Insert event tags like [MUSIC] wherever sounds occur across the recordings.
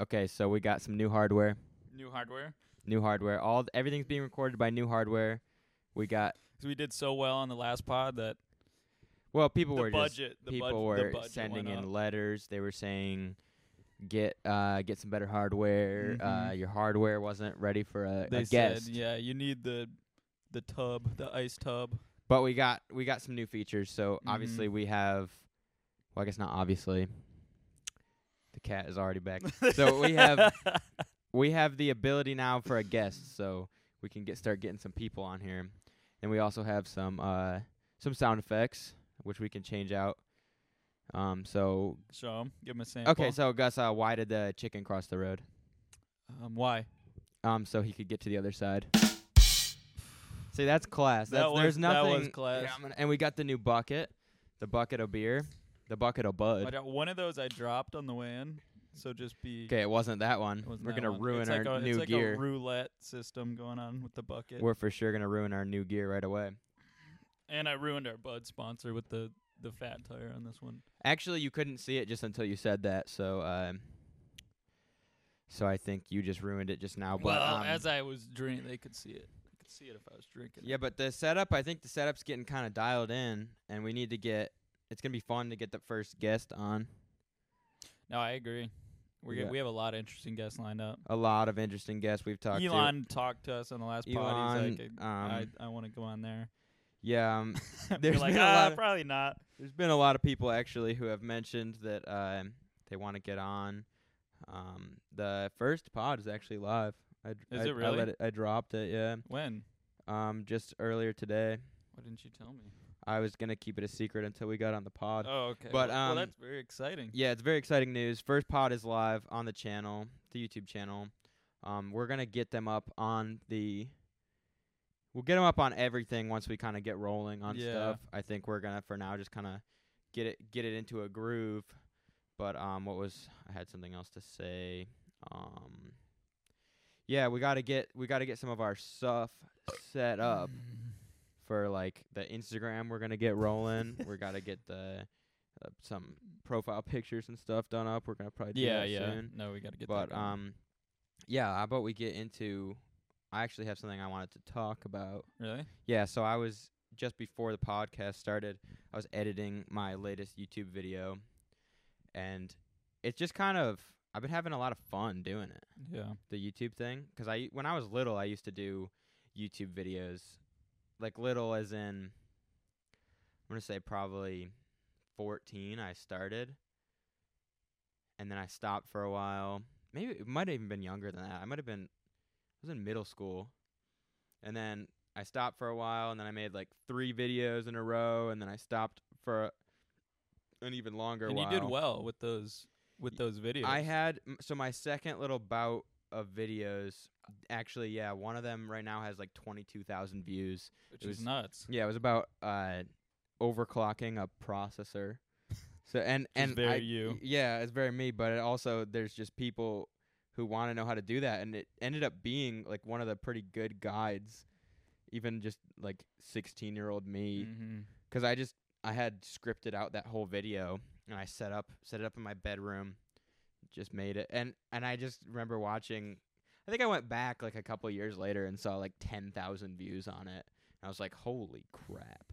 Okay, so we got some new hardware. New hardware. New hardware. All everything's being recorded by new hardware. We got 'Cause we did so well on the last pod that well, people the were just budget, the people budget, were the budget sending went in up. letters. They were saying get uh get some better hardware. Uh Mhm. your hardware wasn't ready for a, They a guest. said, "Yeah, you need the the tub, the ice tub." But we got we got some new features. So obviously Mhm. we have well, I guess not obviously. The cat is [LAUGHS] already back. so we have we have the ability now for a guest, so we can get start getting some people on here. And we also have some uh some sound effects which we can change out. Um so Show 'em, Give 'em a sample. okay, so Gus, uh, why did the chicken cross the road? um, why? Um so he could get to the other side. See, that's class. That That's, was- there's that nothing was class. Yeah, I'm gonna- and we got the new bucket, the bucket of beer, the bucket I of bud. don't- one of those I dropped on the way in, so just be. Okay, it wasn't that one. it wasn't We're that gonna one. ruin It's our like a, new it's like gear. A roulette system going on with the bucket, We're for sure gonna ruin our new gear right away. and I ruined our Bud sponsor with the the fat tire on this one. Actually, you couldn't see it just until you said that, so um, so I think you just ruined it just now. But well, um, as I was drinking, they could see it. They could see it if I was drinking. it. yeah, but the setup, I think the setup's getting kind of dialed in, and we need to get. It's gonna be fun to get the first guest on. No, I agree. We Yeah. we have a lot of interesting guests lined up. A lot of interesting guests we've talked to. Elon talked to us on the last pod. He's like, Elon, I, um, I want to go on there. [LAUGHS] Yeah, um, We're there's like, been a ah, lot of- probably not. There's been a lot of people actually who have mentioned that uh, they want to get on. Um, the first pod is actually live. I, d- Is I- it I really? let it- I dropped it. Yeah. When? Um, just earlier today, Why didn't you tell me? I was gonna keep it a secret until we got on the pod. Oh, okay. but, well, well, um, that's very exciting. Yeah, it's very exciting news. First pod is live on the channel, the YouTube channel. Um, we're gonna get them up on the. We'll get them up on everything once we kind of get rolling on Yeah. stuff. I think we're gonna for now just kind of get it get it into a groove. But um, what was I had something else to say. Um, yeah, we gotta get we gotta get some of our stuff set up for like the Instagram we're gonna get [LAUGHS] rolling. we gotta get the uh, some profile pictures and stuff done up. We're gonna probably do Yeah, that yeah. soon. No, we got to get that. But going. um, yeah, how about we get into? I actually have something I wanted to talk about. really? Yeah, so I was just before the podcast started, I was editing my latest YouTube video, and it's just kind of I've been having a lot of fun doing it Yeah. the YouTube thing because I when I was little I used to do YouTube videos, like little as in I'm gonna say probably 14 I started, and then I stopped for a while. Maybe it might have even been younger than that. I might have been I was in middle school, and then I stopped for a while, and then I made like three videos in a row, and then I stopped for an even longer And while. you did well with those with Y- those videos. I had m- so my second little bout of videos. Actually, yeah, one of them right now has like twenty two thousand views. which it is was- nuts. Yeah, it was about uh, overclocking a processor. So and and very I- you. y- Yeah, it's very me. But it also there's just people who want to know how to do that, and it ended up being like one of the pretty good guides. Even just like sixteen year old me Mm-hmm. because I just I had scripted out that whole video and I set up set it up in my bedroom, just made it and and I just remember watching. I think I went back like a couple years later and saw like ten thousand views on it. And I was like, holy crap!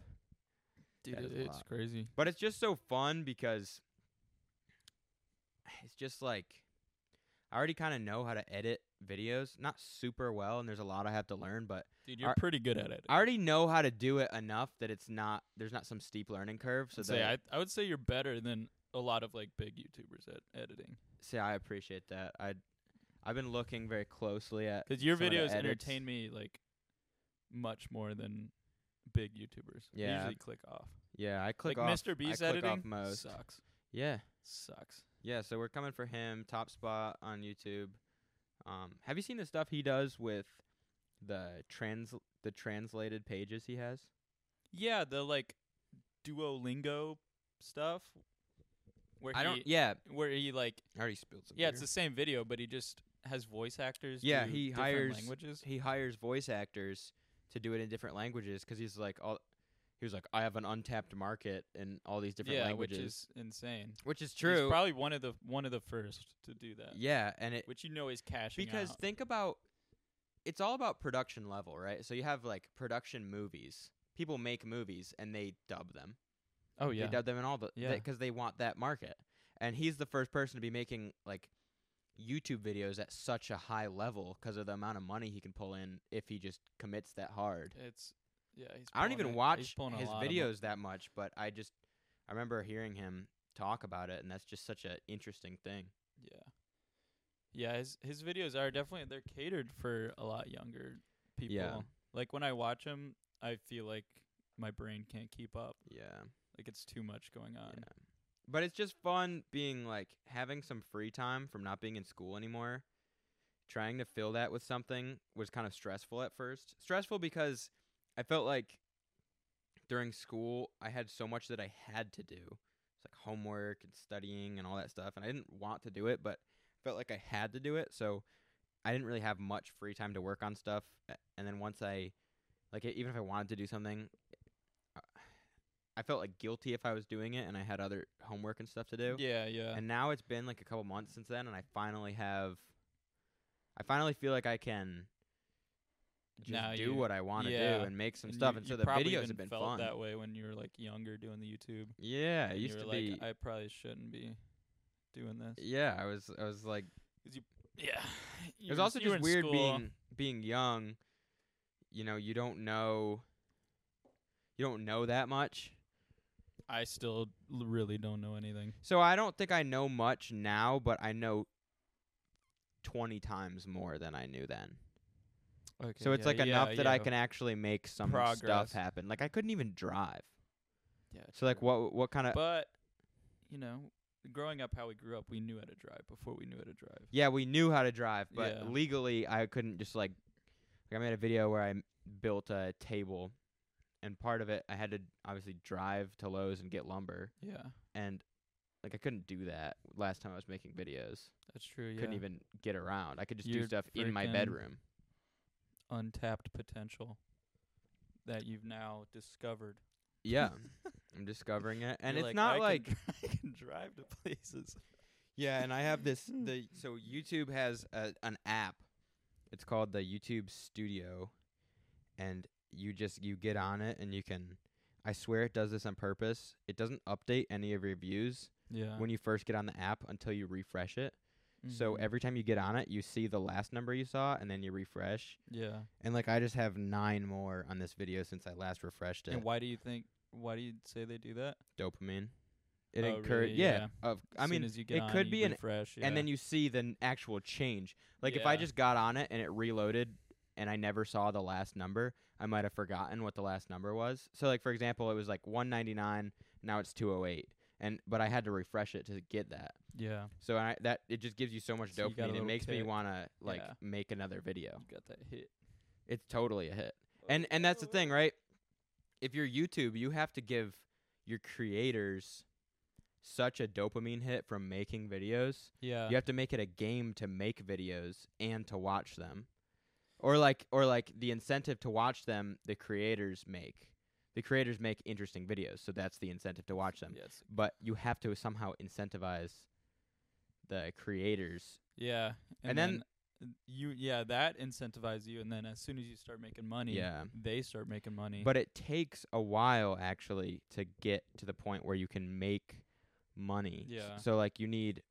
Dude, That is it- a it's lot. crazy. But it's just so fun because [SIGHS] it's just like I already kind of know how to edit videos, not super well, and there's a lot I have to learn, but Dude, you're I- pretty good at it. I already know how to do it enough that it's not there's not some steep learning curve. So I'd say that I, I would say you're better than a lot of like big YouTubers at editing See, I appreciate that. I I've been looking very closely at because your some of the videos edits. entertain me like much more than big YouTubers. They Yeah. usually click off. Yeah, I click like off. Mr. Beast I click editing off most. sucks. Yeah, Sucks. yeah. So we're coming for him. Top spot on YouTube. Um, have you seen the stuff he does with the trans the translated pages he has? Yeah, the like Duolingo stuff where I he don't. Yeah, where he like I already spilled some. yeah, it's beer. the same video, but he just has voice actors. Yeah, do he different hires- languages. he hires voice actors to do it in different languages 'cause he's like all he was like, I have an untapped market in all these different yeah, languages, which is insane. which is He's true. probably one of the one of the first to do that. yeah, and it Which you know is cashing because out. think about it's all about production level, right? So you have like production movies. People make movies and they dub them. oh They dub them in all the Yeah. because they want that market. And he's the first person to be making like YouTube videos at such a high level because of the amount of money he can pull in if he just commits that hard. it's yeah. He's I don't pulling even a- he's watch pulling a his lot of mo- videos that much, but I just I remember hearing him talk about it, and that's just such an interesting thing. Yeah, yeah. His his videos are definitely they're catered for a lot younger people. Yeah. Like when I watch him, I feel like my brain can't keep up. Yeah. Like it's too much going on. Yeah. But it's just fun being like having some free time from not being in school anymore. Trying to fill that with something was kind of stressful at first. Stressful because I felt like during school I had so much that I had to do. It's like homework and studying and all that stuff and I didn't want to do it, but felt like I had to do it. So I didn't really have much free time to work on stuff A- and then once I like e- even if I wanted to do something I- I felt like guilty if I was doing it and I had other homework and stuff to do. Yeah, yeah. And now it's been like a couple months since then, and I finally have. I finally feel like I can just Now do you- what I want to yeah. do and make some And stuff. you- and you so the probably videos even have been felt fun. that way when you were like younger doing the YouTube. Yeah, it and used you to were be. like, I probably shouldn't be doing this. yeah, I was. I was like. Yeah. It was also just weird being being young. You know, you don't know. You don't know that much. I still l- really don't know anything. So I don't think I know much now, but I know twenty times more than I knew then. Okay. So it's like enough that I can actually make some stuff Progress. happen. Like I couldn't even drive. Yeah. So like what what kind of But you know, growing up, how we grew up, we knew how to drive before we knew how to drive. Yeah, we knew how to drive, but Yeah. legally I couldn't just like like I made a video where I m- built a table and part of it I had to obviously drive to Lowe's and get lumber Yeah, and like I couldn't do that last time I was making videos. that's true. Yeah. Couldn't even get around. I could just do You're stuff in my freaking- bedroom. untapped potential that you've now discovered. [LAUGHS] Yeah. I'm discovering it. And You're it's not I like can, dri- [LAUGHS] I can drive to places. [LAUGHS] Yeah, and [LAUGHS] I have this the so YouTube has a, an app. It's called the YouTube Studio and you just you get on it and you can I swear it does this on purpose. It doesn't update any of your views Yeah. when you first get on the app until you refresh it. So Mhm. every time you get on it, you see the last number you saw and then you refresh. yeah. And like I just have 9 more on this video since I last refreshed it. And why do you think? Why do you say they do that? Dopamine. It Oh, encourages. really? yeah, Yeah. Of I As soon mean as you get it on, could you be an refresh, and yeah. then you see the n- actual change. Like if I Yeah. just got on it and it reloaded and I never saw the last number, I might have forgotten what the last number was. So like for example, it was like 199, now it's 208. And but I had to refresh it to get that. yeah, So I, that it just gives you so much So you got a dopamine. It little makes me kick. want to like Yeah. make another video. you got that hit. It's totally a hit. And and that's the thing, right? If you're YouTube, you have to give your creators such a dopamine hit from making videos Yeah, you have to make it a game to make videos and to watch them. Or like or like the incentive to watch them the creators make. The creators make interesting videos, so that's the incentive to watch them. Yes. But you have to somehow incentivize the creators. Yeah, And then- then uh, you yeah that incentivizes you, and then as soon as you start making money, Yeah. they start making money. But it takes a while actually to get to the point where you can make money. S- Yeah. So like you need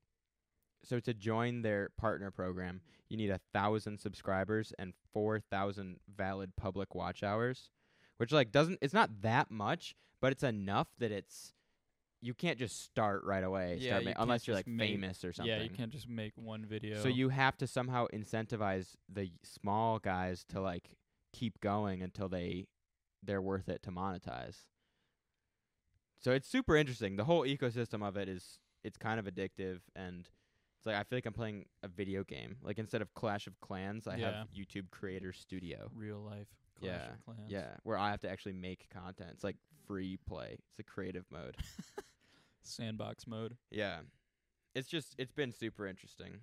so to join their partner program, you need a thousand subscribers and four thousand valid public watch hours. Which like doesn't it's not that much, but it's enough that it's you can't just start right away. Yeah, start you ma- can't unless you're just like make- famous or something. yeah, you can't just make one video. So you have to somehow incentivize the y- small guys to like keep going until they they're worth it to monetize. So it's super interesting. The whole ecosystem of it is it's kind of addictive and it's like I feel like I'm playing a video game. Like instead of Clash of Clans, I Yeah. have YouTube Creator Studio. real life Clash of Clans. Yeah, where I have to actually make content. It's like free play. It's a creative mode. sandbox mode. yeah. It's just it's been super interesting.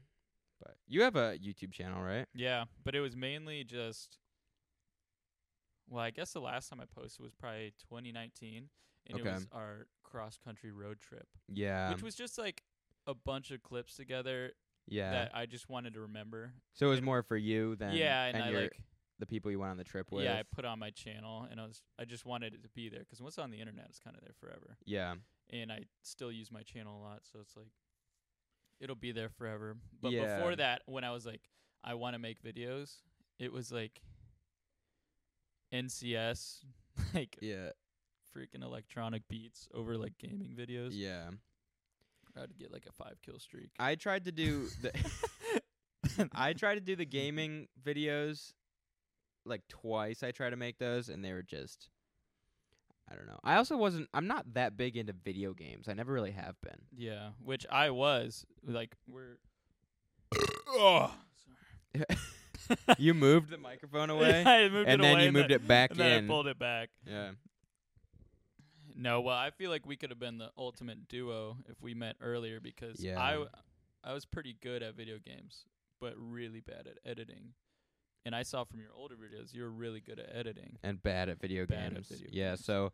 But you have a YouTube channel, right? Yeah, but it was mainly just Well, I guess the last time I posted was probably 2019, and Okay. Um, it was our cross country road trip, Yeah. which was just like a bunch of clips together yeah. that I just wanted to remember. so it was more for you than yeah, and, I your, like the people you went on the trip with. yeah I put on my channel, and I was I just wanted it to be there 'cause once on the internet, it's kind of there forever, yeah. and I still use my channel a lot, so it's like it'll be there forever. But Yeah. before that, when I was like I want to make videos, it was like NCS [LAUGHS] like Yeah. freaking electronic beats over like gaming videos. Yeah. I'd get like a five kill streak. I tried to do [LAUGHS] the [LAUGHS] I tried to do the gaming videos like twice. I tried to make those and they were just I don't know. I also wasn't I'm not that big into video games. I never really have been. yeah, which I was like [COUGHS] we're. [LAUGHS] oh, sorry. You moved [LAUGHS] the microphone away Yeah, I moved it and then away you and moved then- it back and then I in. pulled it back. Yeah. No, well, I feel like we could have been the ultimate duo if we met earlier because Yeah. I, w- I was pretty good at video games, but really bad at editing. And I saw from your older videos you were really good at editing. And bad at video Bad at games. video yeah, games. so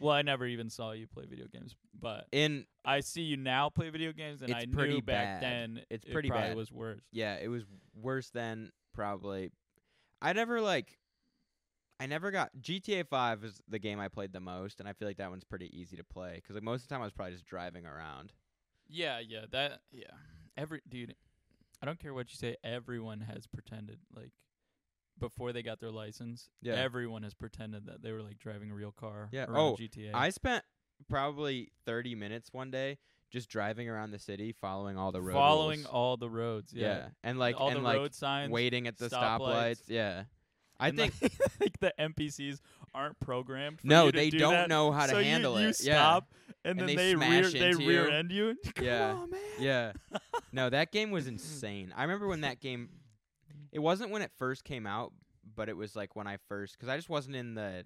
Well, I never even saw you play video games, but in I see you now play video games, and It's I pretty knew back bad. then It's it pretty probably bad. was worse. yeah, it was worse than probably I never like I never got GTA 5 is the game I played the most and I feel like that one's pretty easy to play cuz like most of the time I was probably just driving around. Yeah, yeah, that yeah. Every dude, I don't care what you say. Everyone has pretended like before they got their license. Yeah. everyone has pretended that they were like driving a real car. Yeah, around oh, GTA. I spent probably 30 minutes one day just driving around the city, following all the road following rules. all the roads. yeah. Yeah, and like all and the like road signs. waiting at the stoplights. stoplights. Yeah, I and, think like, [LAUGHS] like the NPCs aren't programmed. For no, you to they do not that, know how to so you- handle you it. Stop, and And then they they, smash rear into they you. rear end you. [LAUGHS] Come Yeah. on, man. Yeah, yeah. No, that game was insane. I remember when that game. It wasn't when it first came out, but it was like when I first because I just wasn't in the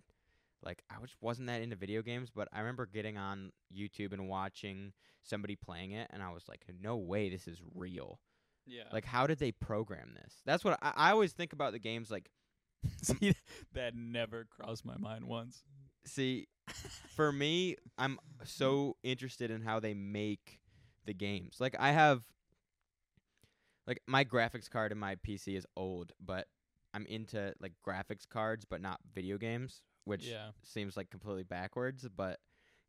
like I just wasn't that into video games. But I remember getting on YouTube and watching somebody playing it, and I was like, no way, this is real. Yeah. Like, how did they program this? That's what I, I always think about the games. Like, [LAUGHS] See, that never crossed my mind once. see, for me, I'm so interested in how they make the games. Like, I have, like, my graphics card in my PC is old, but I'm into, like, graphics cards, but not video games, which yeah, seems like completely backwards, but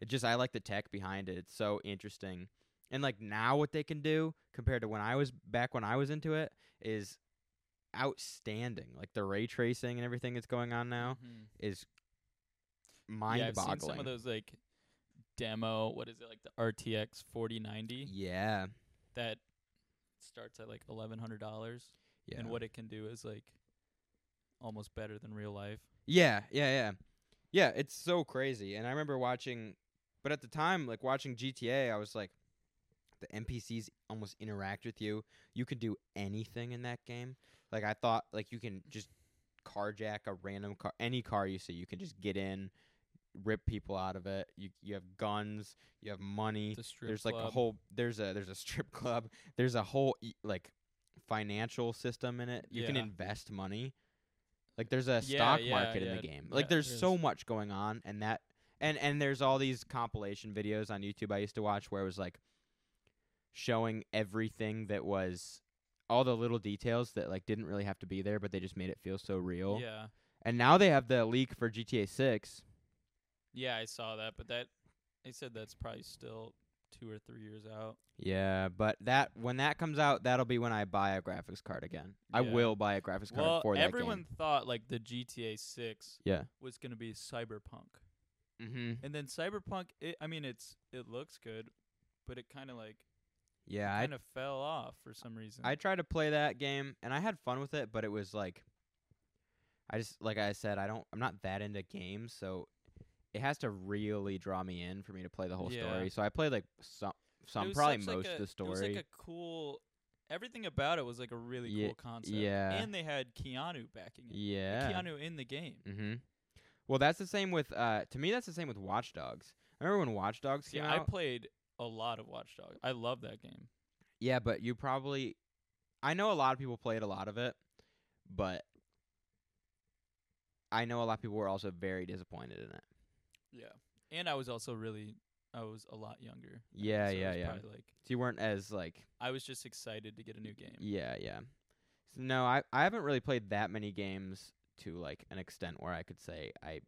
it just I like the tech behind it. It's so interesting. And like now what they can do compared to when I was back when I was into it is outstanding. Like the ray tracing and everything that's going on now Mhm. is yeah, I've seen mind-boggling. some of those like demo. What is it like the RTX 4090 yeah. that starts at like eleven hundred dollars, Yeah. and what it can do is like almost better than real life. Yeah, yeah, yeah. Yeah, it's so crazy. And I remember watching but at the time, like watching GTA, I was like the NPCs almost interact with you. You can do anything in that game. Like I thought like you can just carjack a random car any car you see, you can just get in, rip people out of it. You you have guns, you have money. The strip There's like a club. whole there's a there's a strip [LAUGHS] club. There's a whole e- like financial system in it. You can Yeah. invest money. Like there's a Yeah, stock yeah, market in yeah, the game. Like yeah, there's there so is. much going on and that and and there's all these compilation videos on YouTube I used to watch where it was like showing everything that was all the little details that like didn't really have to be there but they just made it feel so real. yeah, And now they have the leak for GTA 6. yeah, I saw that, but that they said that's probably still two or three years out. Yeah, but that when that comes out, that'll be when I buy a graphics card again. I Yeah. will buy a graphics card well, for that everyone thought like the GTA 6 Yeah. was gonna be cyberpunk. game. Mm-hmm. And then Cyberpunk, it, I mean, it's it looks good, but it kind of like Yeah, I kind of fell off for some reason. I tried to play that game and I had fun with it, but it was like I just like I said, I don't I'm not that into games, so it has to really draw me in for me to play the whole Yeah. story. So I played like some But it some was probably such, like, most a- of the It was like story. a cool. Everything about it was like a really Ye- cool concept. yeah. and they had Keanu backing it. yeah. Keanu in the game. Mhm. Well, that's the same with uh to me that's the same with Watch Dogs. Remember when Watch Dogs came Yeah, I out? played a lot of Watch Dogs. I love that game. Yeah, but you probably I know a lot of people played a lot of it, but I know a lot of people were also very disappointed in it. Yeah. And I was also really I was a lot younger. Yeah, so it yeah, was yeah. probably, like So you weren't as like I was just excited to get a new game. Yeah, yeah. So, no, I I haven't really played that many games to like an extent where I could say I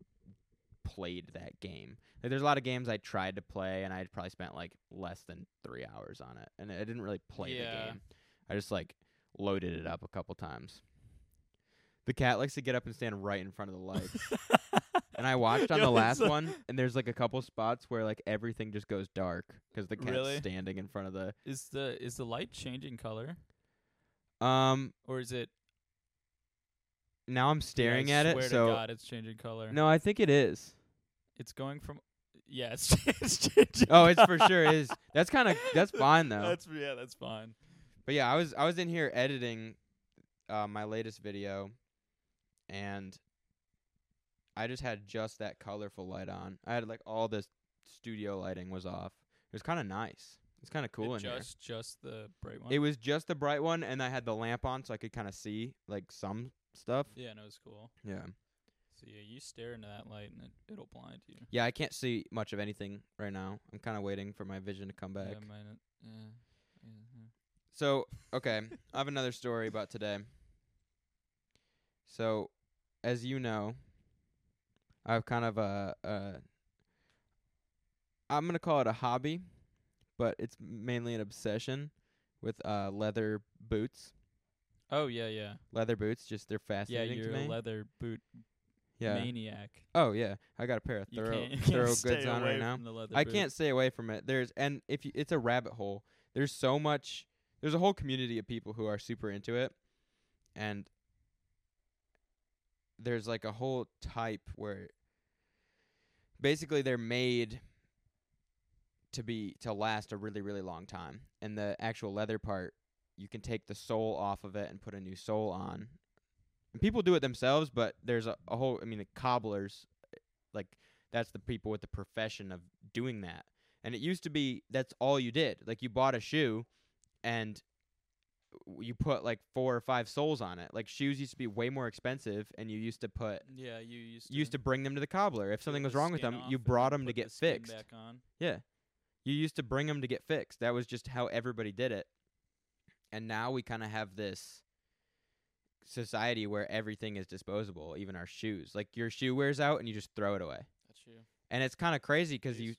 played that game. Like, there's a lot of games I tried to play and I probably spent like less than three hours on it, and I didn't really play Yeah. the game. I just like loaded it up a couple times. The cat likes to get up and stand right in front of the lights. [LAUGHS] and I watched on Yo, the it's last so- one, and there's like a couple spots where like everything just goes dark because the cat's Really? standing in front of the. Is the is the light changing color Um, or is it now I'm dude, I staring at it, swear so to God, it's changing color. No, I think it is. it's going from yeah, it's, [LAUGHS] it's changing. Oh, it's [LAUGHS] for sure [LAUGHS] color. is. That's kind of [LAUGHS] that's fine though. That's yeah, that's fine. but yeah, I was I was in here editing uh, my latest video, and I just had just that colorful light on. I had like all the studio lighting was off. It was kind of nice. It's kind of cool in It just just the bright one. here. It was just the bright one, and I had the lamp on, so I could kind of see like some stuff. yeah, no, it's cool. Yeah, So yeah, you stare into that light and it, it'll blind you. yeah. I can't see much of anything right now. I'm kind of waiting for my vision to come back. Yeah, mine, yeah, yeah, yeah. So, okay, I have another story about today. So, as you know, I have kind of a, a I'm going to call it a hobby, but it's mainly an obsession with uh leather boots. Oh yeah, yeah, Leather boots, just they're yeah. fascinating You're to me. a leather boot yeah. maniac. Oh yeah, I got a pair of You thorough can't, [LAUGHS] you can't thorough stay goods on right away now. from the leather I boot. can't stay away from it. There's and if you, it's a rabbit hole. There's so much. There's a whole community of people who are super into it, and there's like a whole type where basically they're made to be to last a really really long time, and the actual leather part you can take the sole off of it and put a new sole on. And people do it themselves, but there's a, a whole. I mean, the cobblers, like that's the people with the profession of doing that. And it used to be that's all you did. Like you bought a shoe and w- you put like four or five soles on it. Like shoes used to be way more expensive and you used to put Yeah, you used to you used to bring them to the cobbler. If peel something the was wrong with skin them, off you and brought then them to put get the skin fixed. Back on. You used to bring them to get fixed. That was just how everybody did it. And now we kind of have this society where everything is disposable, even our shoes. Like your shoe wears out and you just throw it away. That's you. And it's kind of crazy 'cause you These-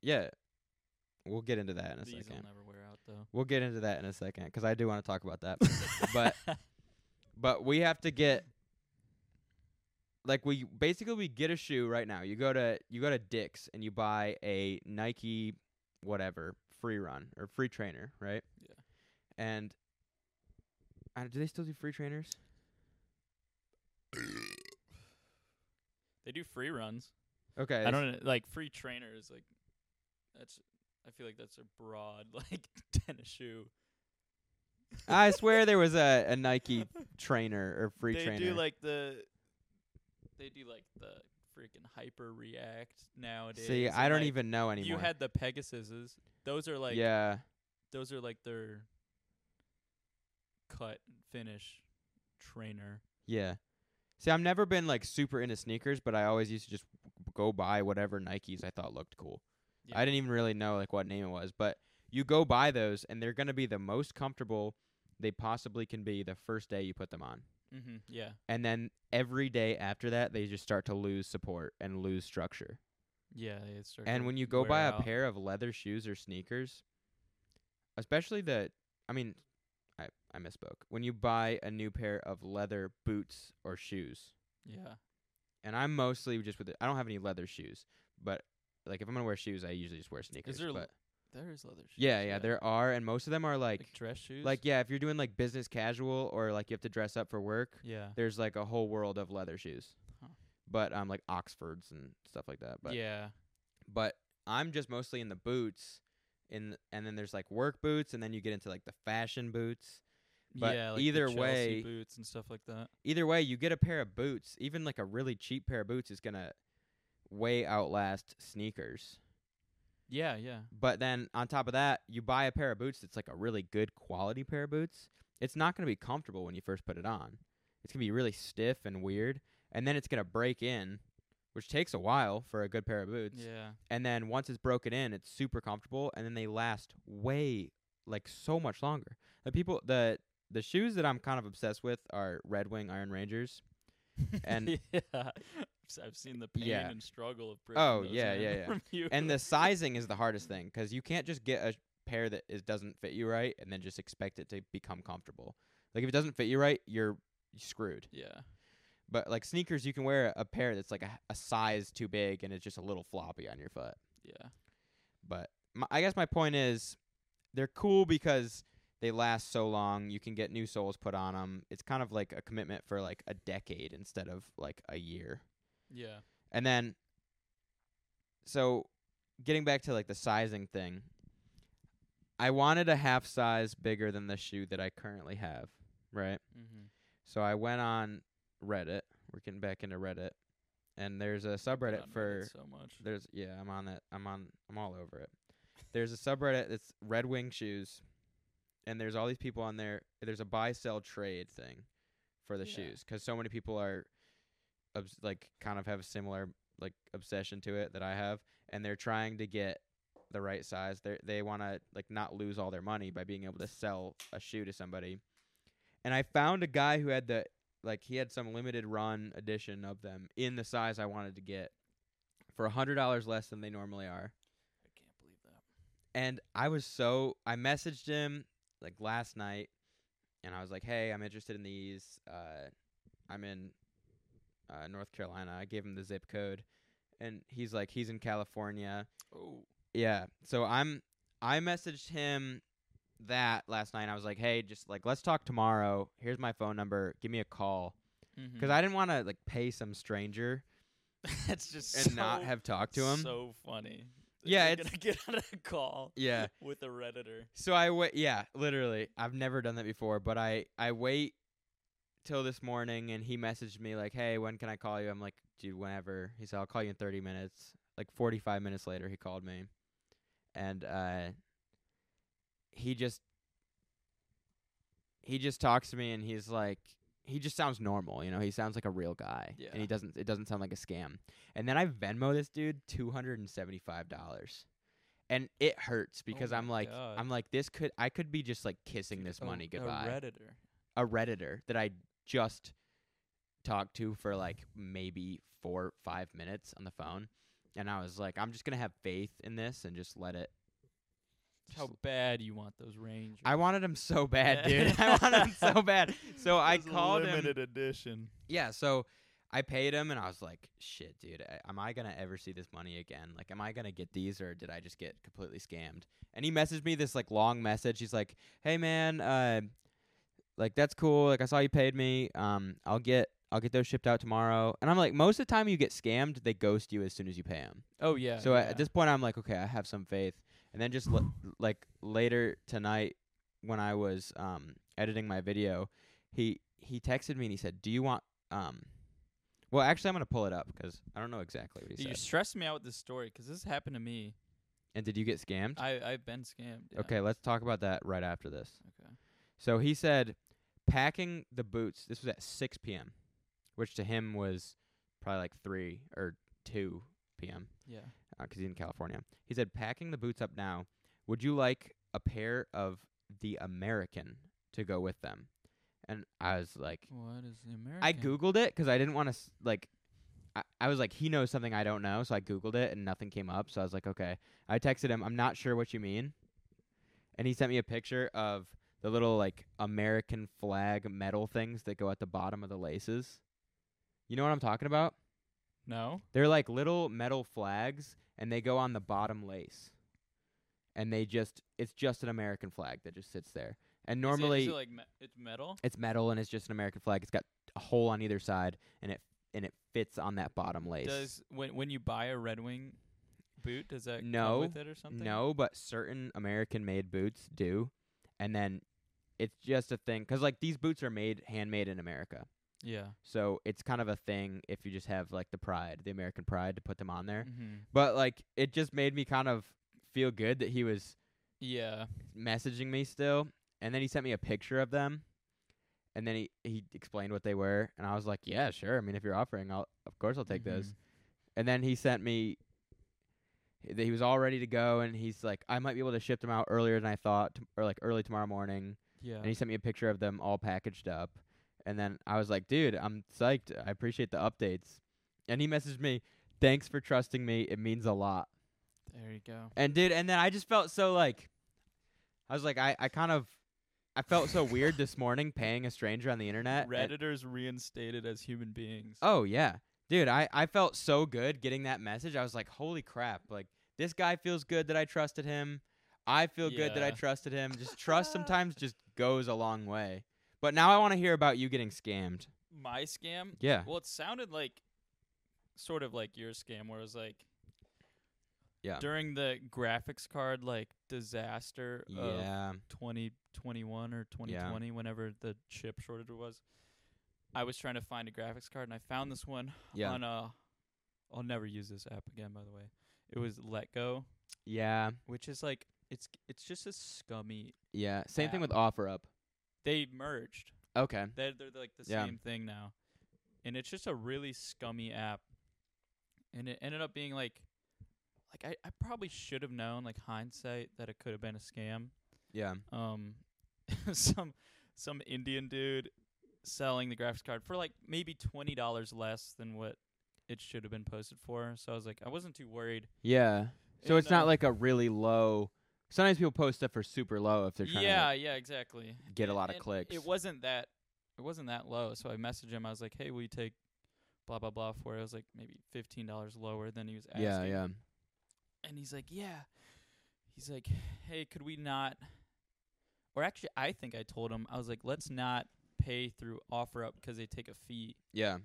yeah. We'll get into that in a These will second. never wear out [LAUGHS] though. We'll get into that in a second 'cause I do want to talk about that. but we have to get like we basically we get a shoe right now. You go to you go to Dick's and you buy a Nike whatever free run or free trainer, right? Yeah. And uh, do they still do free trainers? [LAUGHS] they do free runs. Okay. I s- don't know, like free trainers. Like that's. I feel like that's a broad [LAUGHS] like tennis shoe. [LAUGHS] I swear there [LAUGHS] was a, a Nike trainer or free they trainer. do like the they do like the freaking hyper react nowadays. See, and, I don't like, even know anymore. You had the Pegasuses. Those are like yeah. those are like their cut and finish trainer. Yeah. See, I've never been like super into sneakers, but I always used to just go buy whatever Nikes I thought looked cool. Yeah. I didn't even really know like what name it was, but you go buy those and they're going to be the most comfortable they possibly can be the first day you put them on. Mm-hmm. Yeah. And then every day after that, they just start to lose support and lose structure. Yeah. It's And when you go buy a pair of leather shoes or sneakers, especially the I mean, I I misspoke. When you buy a new pair of leather boots or shoes, Yeah. and I'm mostly just with. The, I don't have any leather shoes, but like if I'm gonna wear shoes, I usually just wear sneakers. there l- but There is leather shoes. yeah, yeah, there are, and most of them are like, like dress shoes. like yeah, if you're doing like business casual or like you have to dress up for work, yeah. there's like a whole world of leather shoes, Huh. but um like Oxfords and stuff like that. But yeah. but I'm just mostly in the boots, in th- and then there's like work boots, and then you get into like the fashion boots. but yeah, like the either Chelsea way- boots and stuff like that. either way, you get a pair of boots. Even like a really cheap pair of boots is gonna way outlast sneakers. Yeah, yeah. But then on top of that, you buy a pair of boots that's like a really good quality pair of boots. It's not gonna be comfortable when you first put it on. It's gonna be really stiff and weird. and then it's gonna break in, which takes a while for a good pair of boots. [LAUGHS] Yeah. And then once it's broken in, it's super comfortable, and then they last way like so much longer. The people the the shoes that I'm kind of obsessed with are Red Wing Iron Rangers. And- yeah. [LAUGHS] S- I've seen the pain Yeah. and struggle of breaking Oh, those yeah, in [LAUGHS] yeah, yeah. from you. and the sizing is the hardest thing 'cause you can't just get a pair that is doesn't fit you right and then just expect it to become comfortable. Like if it doesn't fit you right, you're screwed. yeah. But like sneakers, you can wear a pair that's like a, a size too big and it's just a little floppy on your foot. Yeah. But my, I guess my point is, they're cool because they last so long. You can get new soles put on 'em. It's kind of like a commitment for like a decade instead of like a year. Yeah. And then, so getting back to like the sizing thing, I wanted a half size bigger than the shoe that I currently have, right? Mhm. So I went on Reddit. We're getting back into Reddit, and there's a Been subreddit on Reddit for so much. there's yeah, I'm on that. I'm on. I'm all over it. There's a subreddit that's Red Wing Shoes, and there's all these people on there. There's a buy sell trade thing for the Yeah. shoes. 'Cause so many people are obs- like kind of have a similar like obsession to it that I have, and they're trying to get the right size. They they want to like not lose all their money by being able to sell a shoe to somebody. And I found a guy who had the like he had some limited run edition of them in the size I wanted to get for a hundred dollars less than they normally are. I can't believe that. And I was so I messaged him like last night, and I was like, "Hey, I'm interested in these. Uh, I'm in uh, North Carolina." I gave him the zip code, and he's like, "He's in California." Oh. Yeah. So I'm I messaged him that last night. And I was like, "Hey, just like let's talk tomorrow. Here's my phone number. Give me a call." Mm-hmm. Because Mm-hmm. I didn't want to like pay some stranger [LAUGHS] That's just and so, not have talked to him. So funny. that Yeah, you're it's- gonna [LAUGHS] get on a call yeah. with a redditor. So I wait. Yeah, literally, I've never done that before. But I I wait till this morning, and he messaged me like, "Hey, when can I call you?" I'm like, "Dude, whenever." He said, "I'll call you in 30 minutes." Like 45 minutes later, he called me, and uh, he just he just talks to me, and he's like. He just sounds normal, you know. He sounds like a real guy, and Yeah. he doesn't. It doesn't sound like a scam. And then I Venmo this dude two hundred and seventy-five dollars and it hurts because Oh my I'm like God. I'm like this could I could be just like kissing this Oh, A- money goodbye. A redditor. A redditor that I just talked to for like maybe 4 5 minutes on the phone and I was like I'm just going to have faith in this and just let it How just- bad you want those Rangers? I wanted him so bad, Yeah. dude. [LAUGHS] I wanted him so bad. [LAUGHS] So I Those called him limited edition. yeah, so I paid him and I was like, shit, dude, a- am I going to ever see this money again? Like, am I going to get these or did I just get completely scammed? And he messaged me this like long message. He's like, hey, man, uh, like, that's cool. Like, I saw you paid me. Um, I'll get. I'll get those shipped out tomorrow. And I'm like, most of the time you get scammed, they ghost you as soon as you pay 'em. Oh yeah. so yeah. at this point, I'm like, okay, I have some faith. And then just l- like later tonight, when I was um, editing my video, he he texted me and he said, "Do you want?" Um, well, actually, I'm gonna pull it up 'cause I don't know exactly what he Dude, you said. stressed me out with this story 'cause this happened to me. And did you get scammed? I I've been scammed. yeah. Okay, let's talk about that right after this. Okay. So he said, packing the boots. This was at 6 p.m., which to him was probably like three or two p.m. Yeah. because uh, he's in California. He said, "Packing the boots up now. Would you like a pair of the American to go with them?" And I was like, What is the American? I googled it 'cause I didn't want to s like. I, I was like, he knows something I don't know, so I googled it and nothing came up. So I was like, okay. I texted him, I'm not sure what you mean, and he sent me a picture of the little like American flag metal things that go at the bottom of the laces. You know what I'm talking about? No. They're like little metal flags, and they go on the bottom lace, and they just—it's just an American flag that just sits there. Is it- And is normally, it like me- it's metal. it's metal, and it's just an American flag. It's got a hole on either side, and it and it fits on that bottom lace. Does when when you buy a Red Wing boot, does that No. come with it or something? no, but certain American-made boots do, and then it's just a thing. 'Cause like these boots are made handmade in America, Yeah. so it's kind of a thing if you just have like the pride, the American pride, to put them on there. Mm-hmm. But like it just made me kind of feel good that he was Yeah. messaging me still. And then he sent me a picture of them. And then he he explained what they were, and I was like, yeah, sure. I mean, if you're offering, I'll of course I'll take those. And then he sent me. th- He was all ready to go, and he's like, I might be able to ship them out earlier than I thought, t- or like early tomorrow morning. Yeah. And he sent me a picture of them all packaged up. And then I was like, dude, I'm psyched. I appreciate the updates. And he messaged me, thanks for trusting me. It means a lot. there you go. And dude, and then I just felt so like, I was like, I, I kind of, I felt so weird this morning paying a stranger on the internet. and- Redditors reinstated as human beings. Oh yeah, dude. I I felt so good getting that message. I was like, holy crap! Like this guy feels good that I trusted him. I feel good that I Yeah. trusted him. Just trust sometimes just goes a long way. But now I want to hear about you getting scammed. My scam? Yeah. Well, it sounded like sort of like your scam where it was like Yeah. During the graphics card like disaster of Yeah. 2021 or 2020 whenever the chip shortage was i was trying to find a graphics card and i found this one Yeah. on a i'll never use this app again by the way it was letgo Yeah. which is like it's it's just a scummy Yeah. Same thing Yeah. with OfferUp. they merged Okay. they're, they're like the Yeah. same thing now and it's just a really scummy app and it ended up being like like i, I probably should have known like hindsight that it could have been a scam Yeah. um [LAUGHS] some some Indian dude selling the graphics card for like maybe twenty dollars less than what it should have been posted for. So I was like, I wasn't too worried. Yeah. So And, it's not uh, like a really low. Sometimes people post stuff for super low if they're trying yeah, yeah, exactly. to get a lot of And clicks. It wasn't that it wasn't that low. So I messaged him. I was like, Hey, will you take blah blah blah for it? I was like maybe fifteen dollars lower than he was asking. yeah. Yeah. And he's like, Yeah. He's like, Hey, could we not or actually I think I told him, I was like, let's not pay through offer up 'cause they take a fee. Yeah.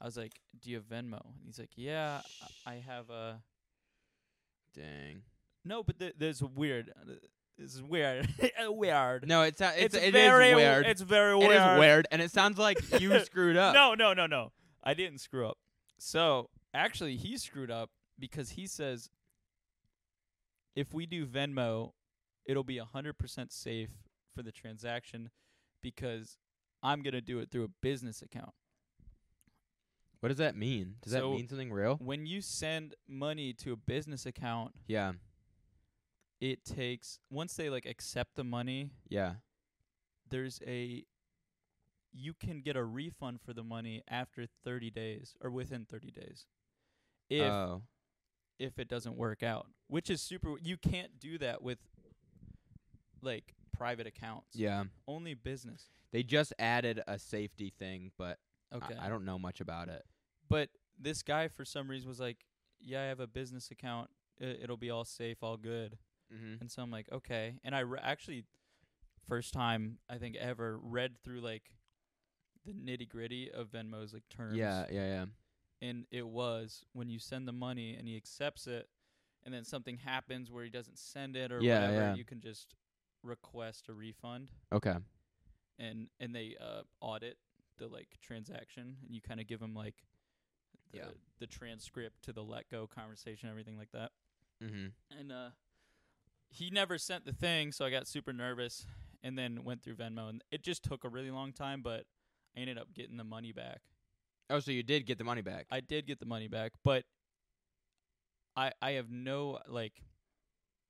I was like, "Do you have Venmo?" And he's like, "Yeah, I I have a Dang. no, but th- there's a weird. This is weird. [LAUGHS] weird. No, it's not, it's, it's it is very w- weird. It's very It weird. is weird, and it sounds [LAUGHS] like you screwed up. No, no, no, no. I didn't screw up. So actually, he screwed up because he says, if we do Venmo, it'll be a hundred percent safe for the transaction because I'm gonna do it through a business account. What does that mean? Does So- that mean something real? When you send money to a business account, Yeah, it takes once they like accept the money yeah. there's a you can get a refund for the money after 30 days or within 30 days if oh, if it doesn't work out which is super you can't do that with like private accounts yeah. only business They just added a safety thing, but I- okay I, don't know much about it. but this guy for some reason was like yeah i have a business account I- it'll be all safe all good Mm-hmm. And so I'm like, okay. And I re- actually, first time I think ever, read through like the nitty gritty of Venmo's like terms. Yeah, yeah, yeah. And it was when you send the money and he accepts it, and then something happens where he doesn't send it or Yeah, whatever, yeah. you can just request a refund Okay. and and they uh, audit the like transaction and you kind of give them like the, Yeah. the transcript to the let go conversation, everything like that Mm-hmm. and uh he never sent the thing so i got super nervous and then went through venmo and it just took a really long time but i ended up getting the money back Oh, so you did get the money back? i did get the money back but i i have no like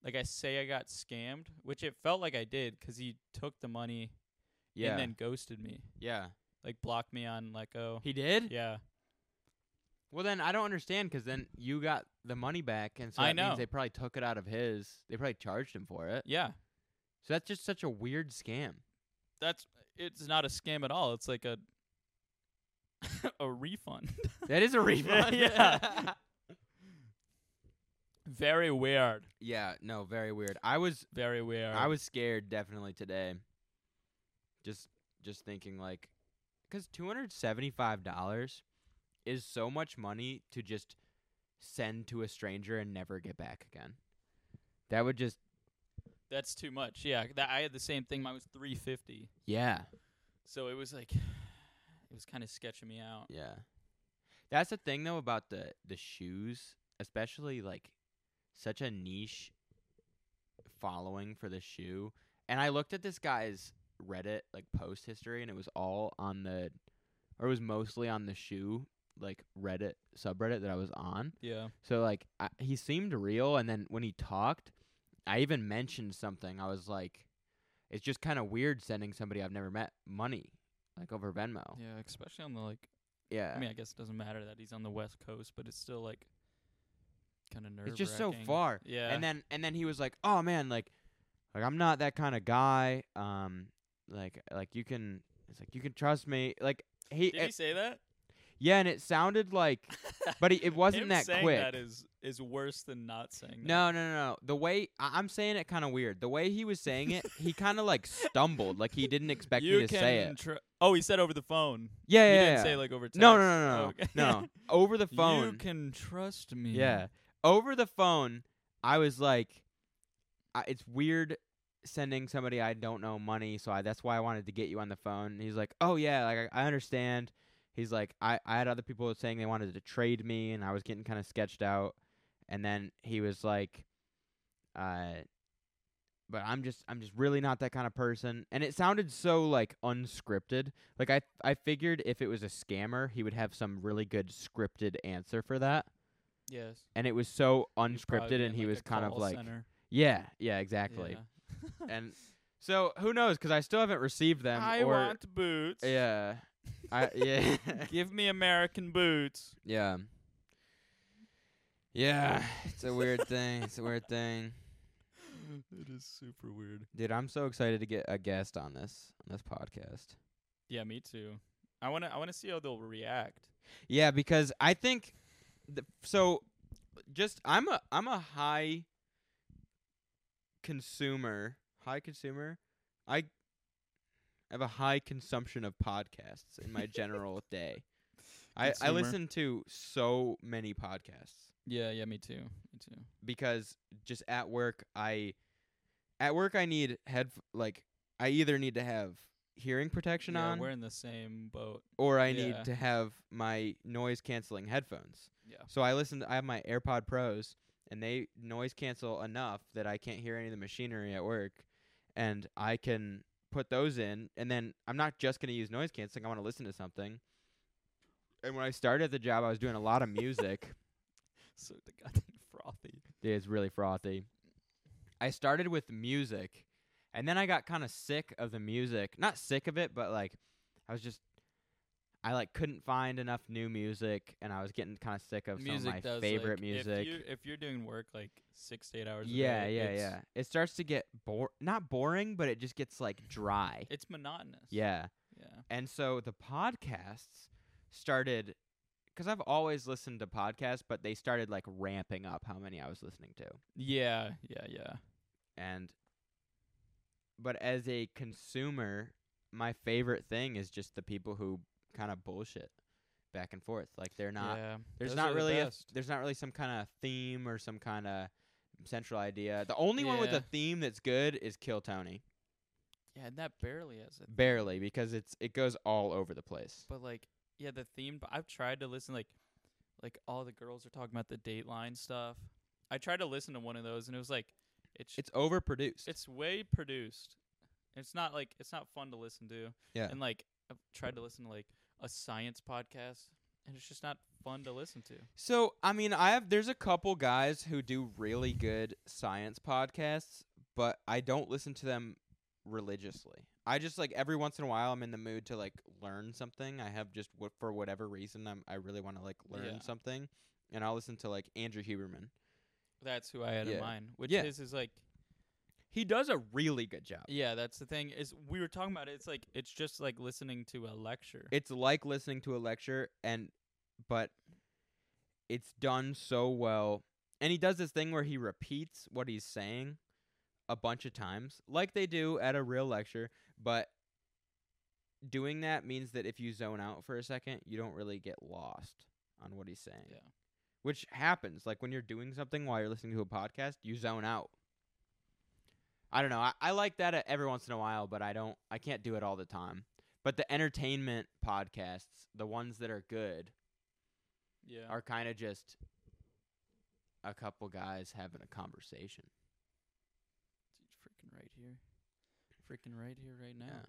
like i say i got scammed which it felt like i did 'cause he took the money yeah, and then ghosted me yeah. like blocked me on let go He did. yeah Well, then I don't understand 'cause then you got the money back, and so I that know. means they probably took it out of his. They probably charged him for it. yeah So that's just such a weird scam. that's it's not a scam at all it's like a [LAUGHS] a refund [LAUGHS] That is a refund. yeah. very weird [LAUGHS] yeah. No, very weird. I was Very weird. I was scared definitely today. Just just thinking like cuz $275 is so much money to just send to a stranger and never get back again. That would just That's too much. Yeah, that, I had the same thing. Mine was three fifty. yeah, So it was like, [SIGHS] it was kind of sketching me out. yeah. That's the thing though about the the shoes, especially like such a niche following for the shoe. And I looked at this guy's Reddit like post history, and it was all on the, or it was mostly on the shoe like Reddit subreddit that I was on. Yeah. So like I, he seemed real, and then when he talked, I even mentioned something. I was like, "It's just kind of weird sending somebody I've never met money, like over Venmo." Yeah, especially on the like Yeah, I mean, I guess it doesn't matter that he's on the West Coast, but it's still like kind of nerve. it's just so far. Yeah. And then and then he was like, "Oh man, like, like I'm not that kind of guy. Um, like like you can, it's like you can trust me. Like he, did he say that? yeah, and it sounded like, [LAUGHS] but he, it wasn't Him that saying quick. That is is worse than not saying. No, no, no, no. The way I- I'm saying it kind of weird. The way he was saying it, he kind of like stumbled, like he didn't that. expect you me to can say it. tr- oh, he said over the phone. Yeah, he yeah, didn't yeah. say like over text. no, no, no, no, Okay. [LAUGHS] no, no. Over the phone. You can trust me. Yeah. Over the phone, I was like, I, it's weird sending somebody I don't know money, so I, that's why I wanted to get you on the phone. And he's like, oh, yeah, like I, I understand. He's like, I, I had other people saying they wanted to trade me, and I was getting kind of sketched out. And then he was like, uh, but I'm just I'm just really not that kind of person. And it sounded so like unscripted. Like I I figured if it was a scammer, he would have some really good scripted answer for that Yes. and it was so You'd probably unscripted be and in, he like, was a kind of call like center. yeah yeah exactly Yeah. and so who knows because i still haven't received them I or want boots. yeah [LAUGHS] i yeah [LAUGHS] [LAUGHS] Give me American boots. yeah yeah it's a weird thing it's a weird thing It is super weird. dude i'm so excited to get a guest on this on this podcast Yeah, me too. I wanna I wanna see how they'll react. yeah because i think the, so just i'm a i'm a high consumer high consumer i have a high consumption of podcasts in my [LAUGHS] general day I, I Consumer. listen to so many podcasts Yeah, yeah, me too. Me too. because just at work I at work I need head like I either need to have hearing protection yeah, on we're in the same boat. [LAUGHS] or I yeah. need to have my noise canceling headphones. Yeah. So I listen. To, I have my AirPod Pros, and they noise cancel enough that I can't hear any of the machinery at work, and I can put those in. And then I'm not just gonna use noise canceling. I want to listen to something. And when I started at the job, I was doing a lot of music. So the goddamn frothy. Dude, it's really frothy. I started with music, and then I got kind of sick of the music. Not sick of it, but like I was just. I like couldn't find enough new music, and I was getting kind of sick of some of my favorite If, music. you, if you're doing work like six to eight hours. Yeah, a day, yeah, it's, yeah. It starts to get bor not boring, but it just gets like dry. It's monotonous. Yeah. Yeah. And so the podcasts started cuz I've always listened to podcasts, but they started like ramping up how many I was listening to. Yeah, yeah, yeah. And but as a consumer, my favorite thing is just the people who kind of bullshit back and forth. Like they're not yeah. there's Those not are the really a, best. there's not really some kind of theme or some kind of central idea. The only one with Yeah. a theme that's good is Kill Tony, Yeah, and that barely has it. barely because it's it goes all over the place. [LAUGHS] But like, yeah, the theme. But I've tried to listen. Like, like all the girls are talking about the Dateline stuff. I tried to listen to one of those, and it was like, it's It's overproduced. it's way produced. It's not like it's not fun to listen to. Yeah. And like, I've tried to listen to like a science podcast, and it's just not fun to listen to. so I mean, I have there's a couple guys who do really good science podcasts, but I don't listen to them religiously. I just like every once in a while I'm in the mood to like learn something. I have just what for whatever reason I'm I really want to like learn Yeah. something, and I'll listen to like Andrew Huberman. That's who I had Yeah. in mind. Which Yeah. is is like, He does a really good job. yeah, that's the thing. Is we were talking about it. It's like it's just like listening to a lecture. It's like listening to a lecture and but it's done so well. And he does this thing where he repeats what he's saying a bunch of times, like they do at a real lecture, but doing that means that if you zone out for a second, you don't really get lost on what he's saying. Yeah. Which happens like when you're doing something while you're listening to a podcast, you zone out. I don't know. I, I like that uh, every once in a while, but I don't I can't do it all the time. But the entertainment podcasts, the ones that are good, yeah. are kind of just a couple guys having a conversation. Dude, freaking right here. Freaking right here, right now. Yeah.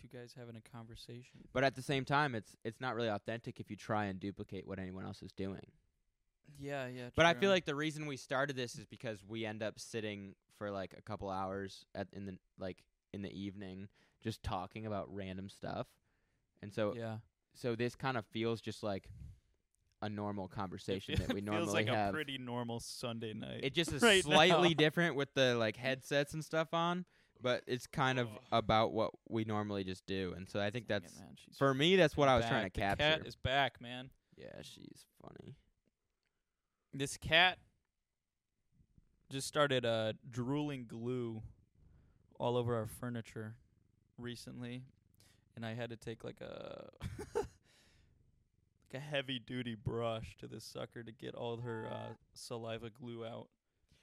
Two guys having a conversation. But at the same time, it's it's not really authentic if you try and duplicate what anyone else is doing. Yeah, yeah. But I true. feel like the reason we started this is because we end up sitting for like a couple hours at in the like in the evening just talking about random stuff. And so yeah, so this kind of feels just like a normal conversation that [LAUGHS] we normally feels like have. a pretty normal Sunday night. it just is right now. slightly different with the like headsets and stuff on, but it's kind of Ugh. about what we normally just do. And so I think Dang it, that's man, she's for me that's what I was trying to back. The capture. cat is back, man. yeah, she's funny. This cat just started uh, drooling glue all over our furniture recently, and I had to take like a [LAUGHS] like a heavy duty brush to this sucker to get all her uh, saliva glue out.